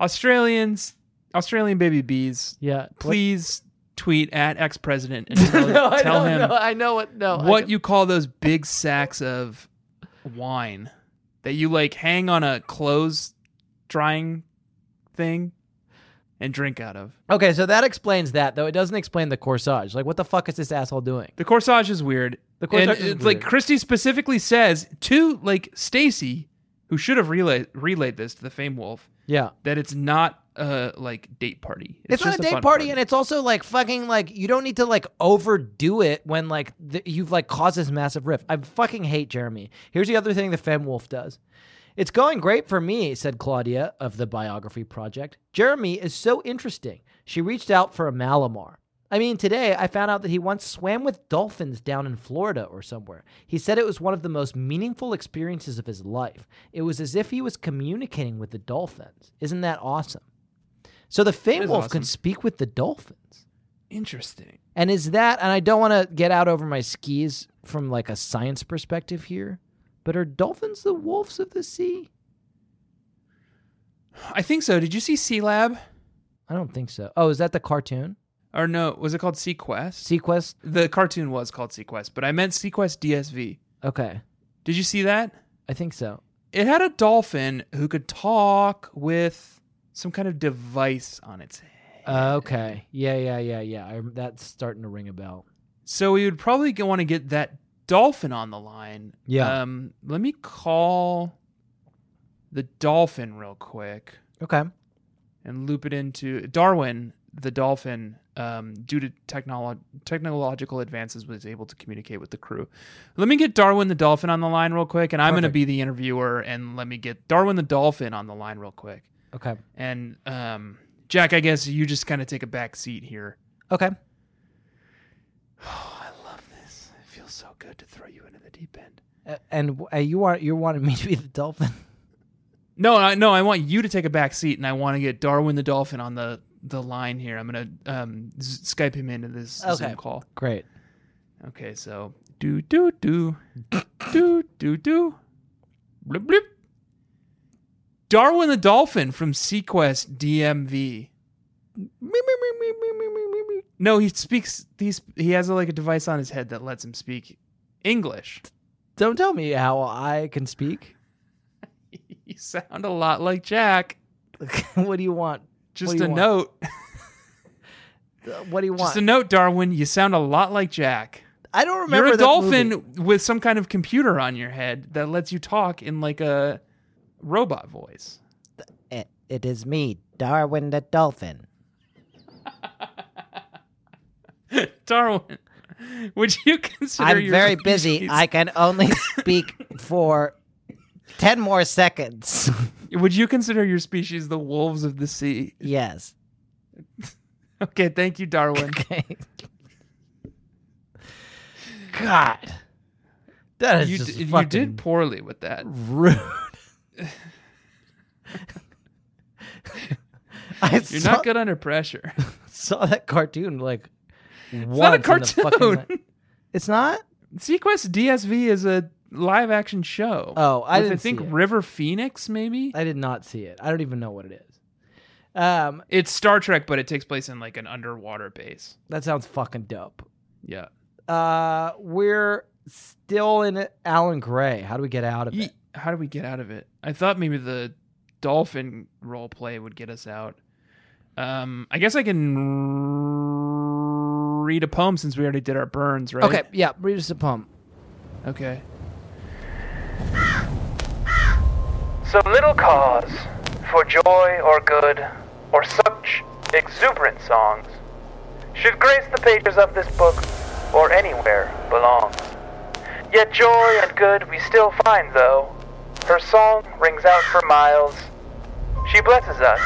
Speaker 4: Australians, Australian baby bees,
Speaker 2: Yeah. what-
Speaker 4: please tweet at ex president and tell,
Speaker 2: no, I
Speaker 4: tell
Speaker 2: don't
Speaker 4: him
Speaker 2: know. I know what. No. I
Speaker 4: what
Speaker 2: don't-
Speaker 4: you call those big sacks of wine that you like hang on a clothes drying thing and drink out of.
Speaker 2: Okay, so that explains that, though it doesn't explain the corsage. Like, what the fuck is this asshole doing?
Speaker 4: The corsage is weird.
Speaker 2: The corsage
Speaker 4: and
Speaker 2: is
Speaker 4: it's like
Speaker 2: weird.
Speaker 4: Christy specifically says to like Stacy, who should have relayed relayed this to the Fame Wolf,
Speaker 2: Yeah.
Speaker 4: that it's not a like date party.
Speaker 2: It's, not
Speaker 4: just
Speaker 2: a date
Speaker 4: fun
Speaker 2: party, and it's also like fucking like you don't need to like overdo it when like th- you've like caused this massive rift. I fucking hate Jeremy. Here's the other thing the Femwolf does. It's going great for me, said Claudia of the Biography Project. Jeremy is so interesting. She reached out for a Malamar. I mean, today I found out that he once swam with dolphins down in Florida or somewhere. He said it was one of the most meaningful experiences of his life. It was as if he was communicating with the dolphins. Isn't that awesome? So the Fame
Speaker 4: is
Speaker 2: Wolf
Speaker 4: awesome.
Speaker 2: can speak with the dolphins.
Speaker 4: Interesting.
Speaker 2: And is that, and I don't want to get out over my skis from like a science perspective here, but are dolphins the wolves of the sea?
Speaker 4: I think so. Did you see Sea Lab?
Speaker 2: I don't think so. Oh, is that the cartoon?
Speaker 4: Or no, was it called Sequest?
Speaker 2: Sequest?
Speaker 4: The cartoon was called Sequest, but I meant Sequest DSV.
Speaker 2: Okay.
Speaker 4: Did you see that?
Speaker 2: I think so.
Speaker 4: It had a dolphin who could talk with some kind of device on its head.
Speaker 2: Uh, okay. Yeah, yeah, yeah, yeah. I, rem- that's starting to ring a bell.
Speaker 4: So we would probably want to get that dolphin on the line.
Speaker 2: Yeah.
Speaker 4: Um, let me call the dolphin real quick
Speaker 2: Okay.
Speaker 4: and loop it into Darwin. The dolphin, um, due to technolo- technological advances, was able to communicate with the crew. Let me get Darwin the dolphin on the line real quick, and I'm going to
Speaker 2: Perfect.
Speaker 4: be the interviewer. And let me get Darwin the dolphin on the line real quick.
Speaker 2: Okay.
Speaker 4: And um, Jack, I guess you just kind of take a back seat here.
Speaker 2: Okay.
Speaker 4: I love this. It feels so good to throw you into the deep end.
Speaker 2: A- and w- uh, you are you wanted me to be the dolphin.
Speaker 4: No, I, no, I want you to take a back seat, and I want to get Darwin the dolphin on the the line here. I'm gonna um, z- Skype him into this
Speaker 2: Okay.
Speaker 4: Zoom call.
Speaker 2: Great.
Speaker 4: Okay, so do do do do do do blip blip. Darwin the dolphin from Sequest DMV. No, he speaks. He's he has like a device on his head that lets him speak English.
Speaker 2: Don't tell me how I can speak.
Speaker 4: You sound a lot like Jack.
Speaker 2: what do you want?
Speaker 4: Just
Speaker 2: do you
Speaker 4: a
Speaker 2: want?
Speaker 4: note.
Speaker 2: Uh, What do you want?
Speaker 4: Just a note, Darwin. You sound a lot like Jack.
Speaker 2: I don't remember.
Speaker 4: You're a
Speaker 2: that
Speaker 4: dolphin
Speaker 2: movie.
Speaker 4: with some kind of computer on your head that lets you talk in like a robot voice.
Speaker 9: It, it is me, Darwin the Dolphin.
Speaker 4: Darwin, would you consider?
Speaker 9: I'm
Speaker 4: your
Speaker 9: very busy.
Speaker 4: species-
Speaker 9: I can only speak for 10 more seconds.
Speaker 4: Would you consider your species the wolves of the sea?
Speaker 9: yes.
Speaker 4: Okay, thank you, Darwin.
Speaker 2: God. That is
Speaker 4: you,
Speaker 2: just
Speaker 4: d- you
Speaker 2: fucking
Speaker 4: did poorly with that.
Speaker 2: rude. I
Speaker 4: You're
Speaker 2: saw,
Speaker 4: not good under pressure.
Speaker 2: saw that cartoon like
Speaker 4: It's not a
Speaker 2: once in the fucking.
Speaker 4: cartoon.
Speaker 2: li- It's not.
Speaker 4: Sequest DSV is a live action show.
Speaker 2: Oh, I
Speaker 4: With,
Speaker 2: didn't
Speaker 4: I think
Speaker 2: see it.
Speaker 4: River Phoenix maybe.
Speaker 2: I did not see it. I don't even know what it is. Um,
Speaker 4: It's Star Trek, but it takes place in like an underwater base.
Speaker 2: that sounds fucking dope.
Speaker 4: Yeah.
Speaker 2: Uh, we're still in Alan Gray. How do we get out of it?
Speaker 4: Ye- How do we get out of it? I thought maybe the dolphin role play would get us out. Um, I guess I can read a poem since we already did our burns, right?
Speaker 2: Okay, yeah, read us a poem.
Speaker 4: Okay.
Speaker 7: So little cause for joy or good or such exuberant songs should grace the pages of this book or anywhere belong. Yet joy and good we still find, though. Her song rings out for miles. She blesses us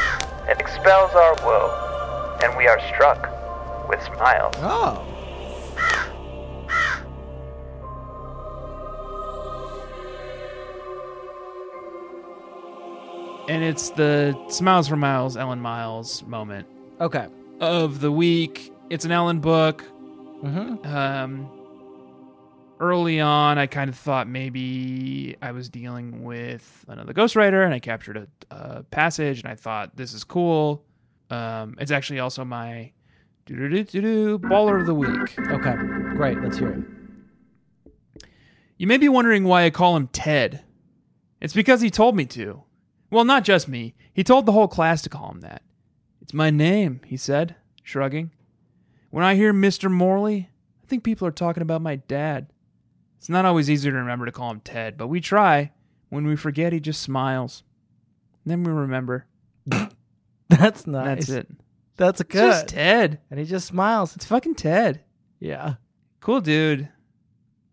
Speaker 7: and expels our woe, and we are struck with smiles.
Speaker 2: Oh,
Speaker 4: And it's the Smiles for Miles, Ellen Miles moment
Speaker 2: okay.
Speaker 4: of the week. It's an Ellen book.
Speaker 2: Mm-hmm.
Speaker 4: um early on i kind of thought maybe i was dealing with another ghostwriter and i captured a, a passage and i thought this is cool um it's actually also my doo-doo-doo-doo-doo baller of the week
Speaker 2: Okay, great. Let's hear it.
Speaker 4: you may be wondering why i call him ted it's because he told me to well not just me he told the whole class to call him that it's my name he said shrugging when i hear mr morley i think people are talking about my dad It's not always easy to remember to call him Ted, but we try. When we forget, he just smiles. And then we remember.
Speaker 2: That's
Speaker 4: And
Speaker 2: nice.
Speaker 4: That's it.
Speaker 2: That's
Speaker 4: It's
Speaker 2: good.
Speaker 4: just Ted.
Speaker 2: and he just smiles.
Speaker 4: It's fucking Ted.
Speaker 2: Yeah,
Speaker 4: Cool dude.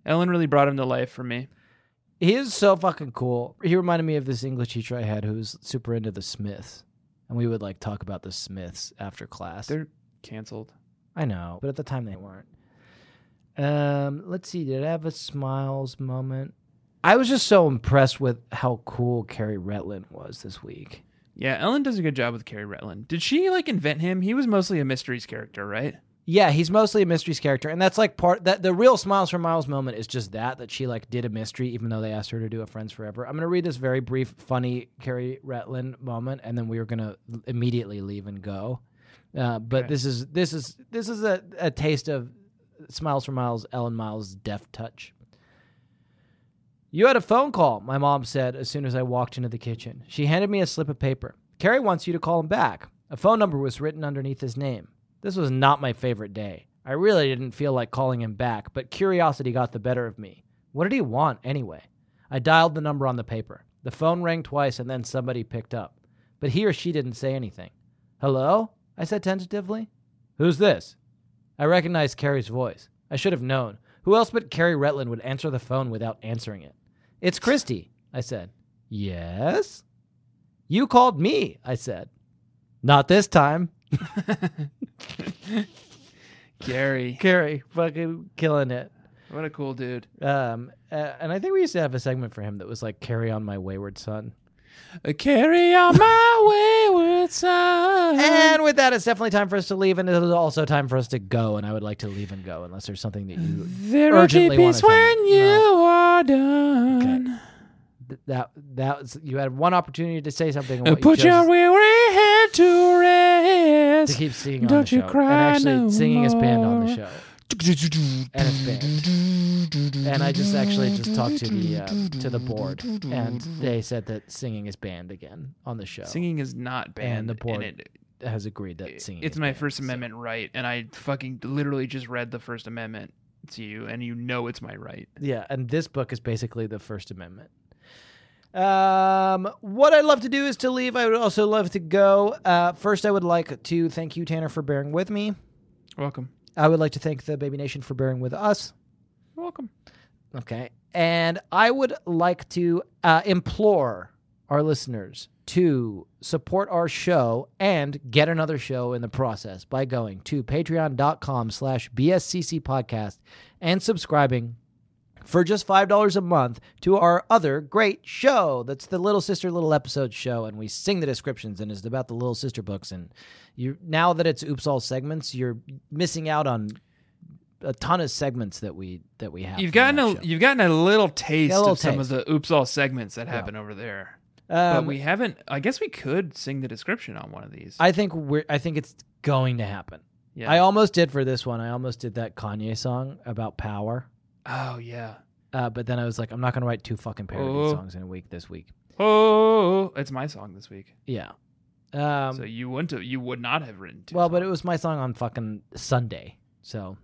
Speaker 4: Ellen really brought him to life for me.
Speaker 2: he is so fucking cool. He reminded me of this English teacher I had who's super into the Smiths, and we would like talk about the Smiths after class.
Speaker 4: They're canceled.
Speaker 2: I know, but at the time they weren't. Um, let's see. Did I have a smiles moment? I was just so impressed with how cool Carrie Retlin was this week.
Speaker 4: Yeah, Ellen does a good job with Carrie Retland. Did she like invent him? He was mostly a mysteries character, right?
Speaker 2: Yeah, he's mostly a mysteries character, and that's like part that the real Smiles for Miles moment is just that that she like did a mystery, even though they asked her to do a Friends Forever. I'm gonna read this very brief, funny Carrie Retlin moment, and then we are gonna immediately leave and go. Uh, but
Speaker 4: Okay.
Speaker 2: this is this is this is a, a taste of Smiles for Miles, Ellen Miles' deft touch. You had a phone call, my mom said as soon as I walked into the kitchen. She handed me a slip of paper. Carrie wants you to call him back. A phone number was written underneath his name. This was not my favorite day. I really didn't feel like calling him back, but curiosity got the better of me. What did he want, anyway? I dialed the number on the paper. The phone rang twice and then somebody picked up. But he or she didn't say anything. Hello? I said tentatively. Who's this? I recognized Carrie's voice. I should have known. Who else but Carrie Retland would answer the phone without answering it? It's Christy, I said. Yes? You called me, I said. Not this time.
Speaker 4: Gary.
Speaker 2: Carrie, fucking killing it.
Speaker 4: What a cool dude.
Speaker 2: Um, uh, and I think we used to have a segment for him that was like Carrie on my wayward son.
Speaker 4: carry on Uh, my wayward son.
Speaker 2: And with that, it's definitely time for us to leave, and it is also time for us to go. And I would like to leave and go, unless there's something that you
Speaker 4: There
Speaker 2: will Urgently be wanna peace tell me. when
Speaker 4: when
Speaker 2: you
Speaker 4: you
Speaker 2: No.
Speaker 4: are done. Uh,
Speaker 2: th- that that was, you had one opportunity to say something. And what
Speaker 4: Put
Speaker 2: you chose
Speaker 4: your weary head to
Speaker 2: to
Speaker 4: rest.
Speaker 2: keep singing on
Speaker 4: Don't
Speaker 2: the show.
Speaker 4: you cry
Speaker 2: and actually,
Speaker 4: no
Speaker 2: singing is banned on the
Speaker 4: more.
Speaker 2: show, and it's banned. And I just actually just talked to the uh, to the board, and they said that singing is banned again on the show.
Speaker 4: Singing is not banned.
Speaker 2: And the board
Speaker 4: and it-
Speaker 2: has agreed that singing.
Speaker 4: it's
Speaker 2: is
Speaker 4: my
Speaker 2: banned,
Speaker 4: First
Speaker 2: so-
Speaker 4: Amendment right, and I fucking literally just read the First Amendment to you, and you know it's my right.
Speaker 2: Yeah, and this book is basically the First Amendment. Um, what I'd love to do is to leave. I would also love to go. Uh, first, I would like to thank you, Tanner, for bearing with me.
Speaker 4: Welcome,
Speaker 2: I would like to thank the Baby Nation for bearing with us.
Speaker 4: welcome.
Speaker 2: Okay. And I would like to uh, implore our listeners to support our show and get another show in the process by going to patreon.com slash bscc podcast and subscribing for just $5 a month to our other great show that's the little sister little episode show and we sing the descriptions and it's about the little sister books and you now that it's oops all segments you're missing out on a ton of segments that we that we have
Speaker 4: You've
Speaker 2: from
Speaker 4: gotten
Speaker 2: that
Speaker 4: a
Speaker 2: show.
Speaker 4: you've gotten a little taste
Speaker 2: little
Speaker 4: of some of the oops all segments that
Speaker 2: Yeah.
Speaker 4: happen over there,
Speaker 2: Um,
Speaker 4: but we haven't. I guess we could sing the description on one of these.
Speaker 2: I think we're. I think it's going to happen.
Speaker 4: yeah.
Speaker 2: I almost did for this one. I almost did that Kanye song about power,
Speaker 4: oh yeah.
Speaker 2: uh, but then I was like, I'm not going to write two fucking parody
Speaker 4: Oh.
Speaker 2: songs in a week this week.
Speaker 4: Oh, it's my song this week.
Speaker 2: Yeah. Um,
Speaker 4: so you wouldn't have, you would not have written two.
Speaker 2: well, but it
Speaker 4: songs.
Speaker 2: was my song on fucking Sunday. So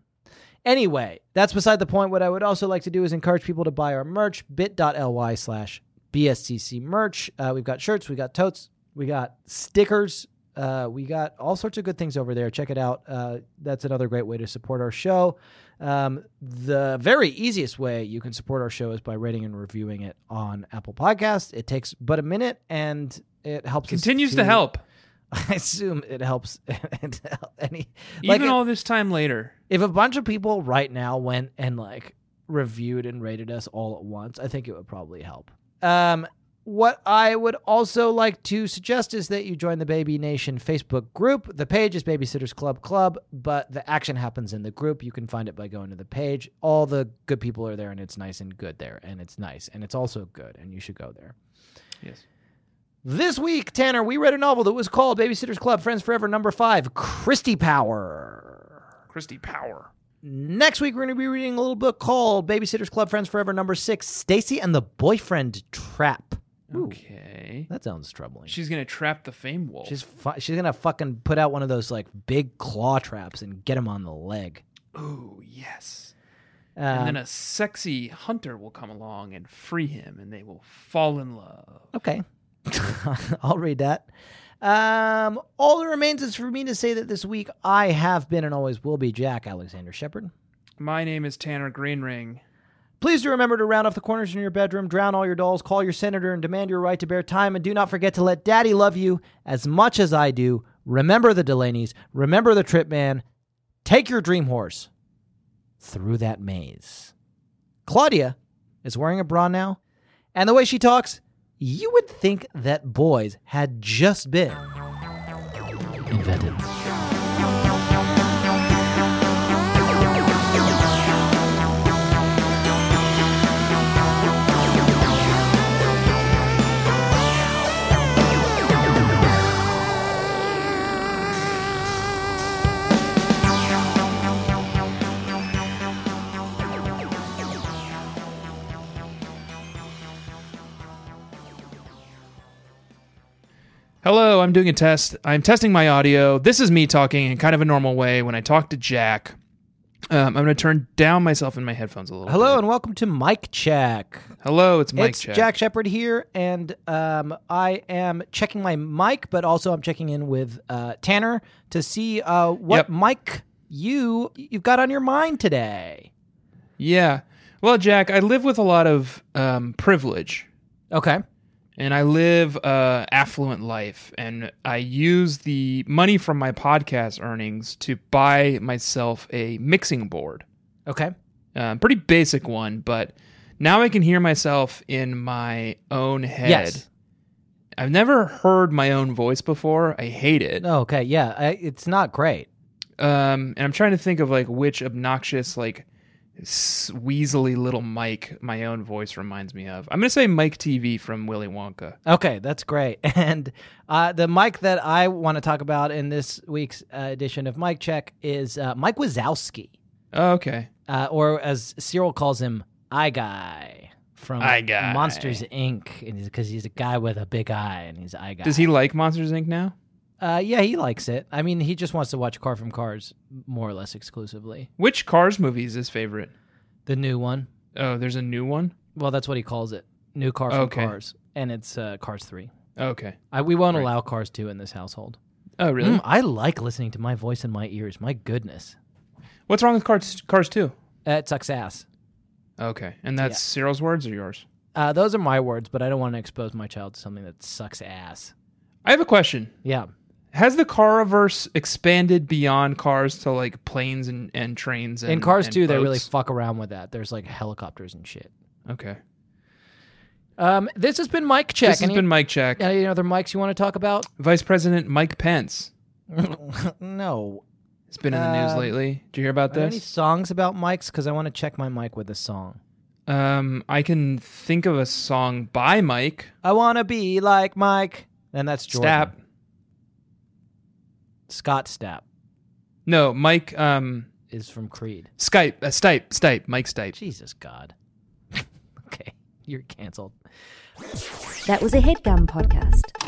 Speaker 2: anyway, that's beside the point. What I would also like to do is encourage people to buy our merch. Bit.ly slash BSCC merch. Uh, we've got shirts, we got totes, we got stickers. Uh, we got all sorts of good things over there. Check it out. Uh, that's another great way to support our show. Um, the very easiest way you can support our show is by rating and reviewing it on Apple Podcasts. It takes but a minute, and it helps. us
Speaker 4: continues to help
Speaker 2: I assume it helps. and any like
Speaker 4: even
Speaker 2: it-
Speaker 4: all this time later.
Speaker 2: if a bunch of people right now went and like reviewed and rated us all at once, I think it would probably help. Um, what I would also like to suggest is that you join the Baby Nation Facebook group. The page is Babysitters Club Club, but the action happens in the group. You can find it by going to the page. All the good people are there, and it's nice and good there, and it's nice, and it's also good, and you should go there.
Speaker 4: Yes.
Speaker 2: This week, Tanner, we read a novel that was called Babysitters Club Friends Forever, number five, Christy Power.
Speaker 4: Christy Power.
Speaker 2: Next week, we're going to be reading a little book called Babysitters Club Friends Forever, number six, Stacy and the Boyfriend Trap. Ooh,
Speaker 4: Okay.
Speaker 2: that sounds troubling.
Speaker 4: She's gonna trap the fame wolf.
Speaker 2: she's fu- she's going to fucking put out one of those like big claw traps and get him on the leg.
Speaker 4: Ooh, yes.
Speaker 2: Um,
Speaker 4: and then a sexy hunter will come along and free him, and they will fall in love.
Speaker 2: Okay. I'll read that. Um, all that remains is for me to say that this week I have been and always will be Jack Alexander Shepard.
Speaker 4: My name is Tanner Greenring.
Speaker 2: Please do remember to round off the corners in your bedroom, drown all your dolls, call your senator, and demand your right to bear time. And do not forget to let daddy love you as much as I do. Remember the Delaney's. Remember the trip man. Take your dream horse through that maze. Claudia is wearing a bra now. And the way she talks, you would think that boys had just been invented.
Speaker 4: Hello, I'm doing a test. I'm testing my audio. This is me talking in kind of a normal way when I talk to Jack. Um, I'm going to turn down myself in my headphones a little.
Speaker 2: Hello
Speaker 4: bit.
Speaker 2: and welcome to Mike Check.
Speaker 4: hello. It's Mike.
Speaker 2: it's Jack Shepard here, and um, I am checking my mic, but also I'm checking in with uh, Tanner to see uh, what
Speaker 4: Yep.
Speaker 2: mic you you've got on your mind today.
Speaker 4: Yeah. Well, Jack, I live with a lot of um, privilege,
Speaker 2: Okay.
Speaker 4: and I live uh, affluent life, and I use the money from my podcast earnings to buy myself a mixing board.
Speaker 2: Okay.
Speaker 4: uh, pretty basic one, but now I can hear myself in my own head.
Speaker 2: Yes.
Speaker 4: I've never heard my own voice before. I hate it.
Speaker 2: Oh, Okay. Yeah. I, it's not great.
Speaker 4: Um, and I'm trying to think of like which obnoxious, like s- weaselly little Mike my own voice reminds me of. I'm gonna say Mike TV from Willy Wonka.
Speaker 2: Okay, that's great. And uh, the mic that I want to talk about in this week's uh, edition of Mic Check is uh, Mike Wazowski,
Speaker 4: Oh, okay.
Speaker 2: uh, or as Cyril calls him, Eye Guy from
Speaker 4: Eye Guy.
Speaker 2: Monsters Inc. Because he's a guy with a big eye, and he's Eye Guy.
Speaker 4: Does he like Monsters Inc. now?
Speaker 2: Uh, yeah, he likes it. I mean, he just wants to watch Car from Cars more or less exclusively.
Speaker 4: Which Cars movie is his favorite?
Speaker 2: The new one.
Speaker 4: Oh, there's a new one.
Speaker 2: Well, that's what he calls it. New Car from
Speaker 4: Okay.
Speaker 2: Cars, and it's uh, Cars Three.
Speaker 4: Okay.
Speaker 2: I, we won't
Speaker 4: Right.
Speaker 2: allow Cars Two in this household.
Speaker 4: Oh, really?
Speaker 2: Mm, I like listening to my voice in my ears. My goodness.
Speaker 4: What's wrong with Cars? Cars Two.
Speaker 2: Uh, it sucks ass.
Speaker 4: Okay, and that's Cyril's words or yours?
Speaker 2: Uh, those are my words, but I don't want to expose my child to something that sucks ass.
Speaker 4: I have a question.
Speaker 2: Yeah.
Speaker 4: Has the Caraverse expanded beyond cars to like planes and, and trains? And,
Speaker 2: In Cars
Speaker 4: and
Speaker 2: 2, they really
Speaker 4: boats?
Speaker 2: fuck around with that. There's like helicopters and shit.
Speaker 4: okay.
Speaker 2: Um, this has been Mike Check.
Speaker 4: This has
Speaker 2: Any-
Speaker 4: been Mike Check,
Speaker 2: Any other mics you want to talk about?
Speaker 4: Vice President Mike Pence.
Speaker 2: no.
Speaker 4: It's been in the news
Speaker 2: Um,
Speaker 4: lately. Did you hear about
Speaker 2: Are there any
Speaker 4: this?
Speaker 2: songs about mics? Because I want to check my mic with a song.
Speaker 4: Um, I can think of a song by Mike.
Speaker 2: I want to be like Mike. And that's Jordan.
Speaker 4: Stapp.
Speaker 2: Scott Stapp
Speaker 4: No, Mike. Um,
Speaker 2: is from Creed.
Speaker 4: Skype. Uh, Stipe. Stipe. Mike Stipe.
Speaker 2: Jesus God. okay. You're canceled.
Speaker 1: That was a headgum podcast.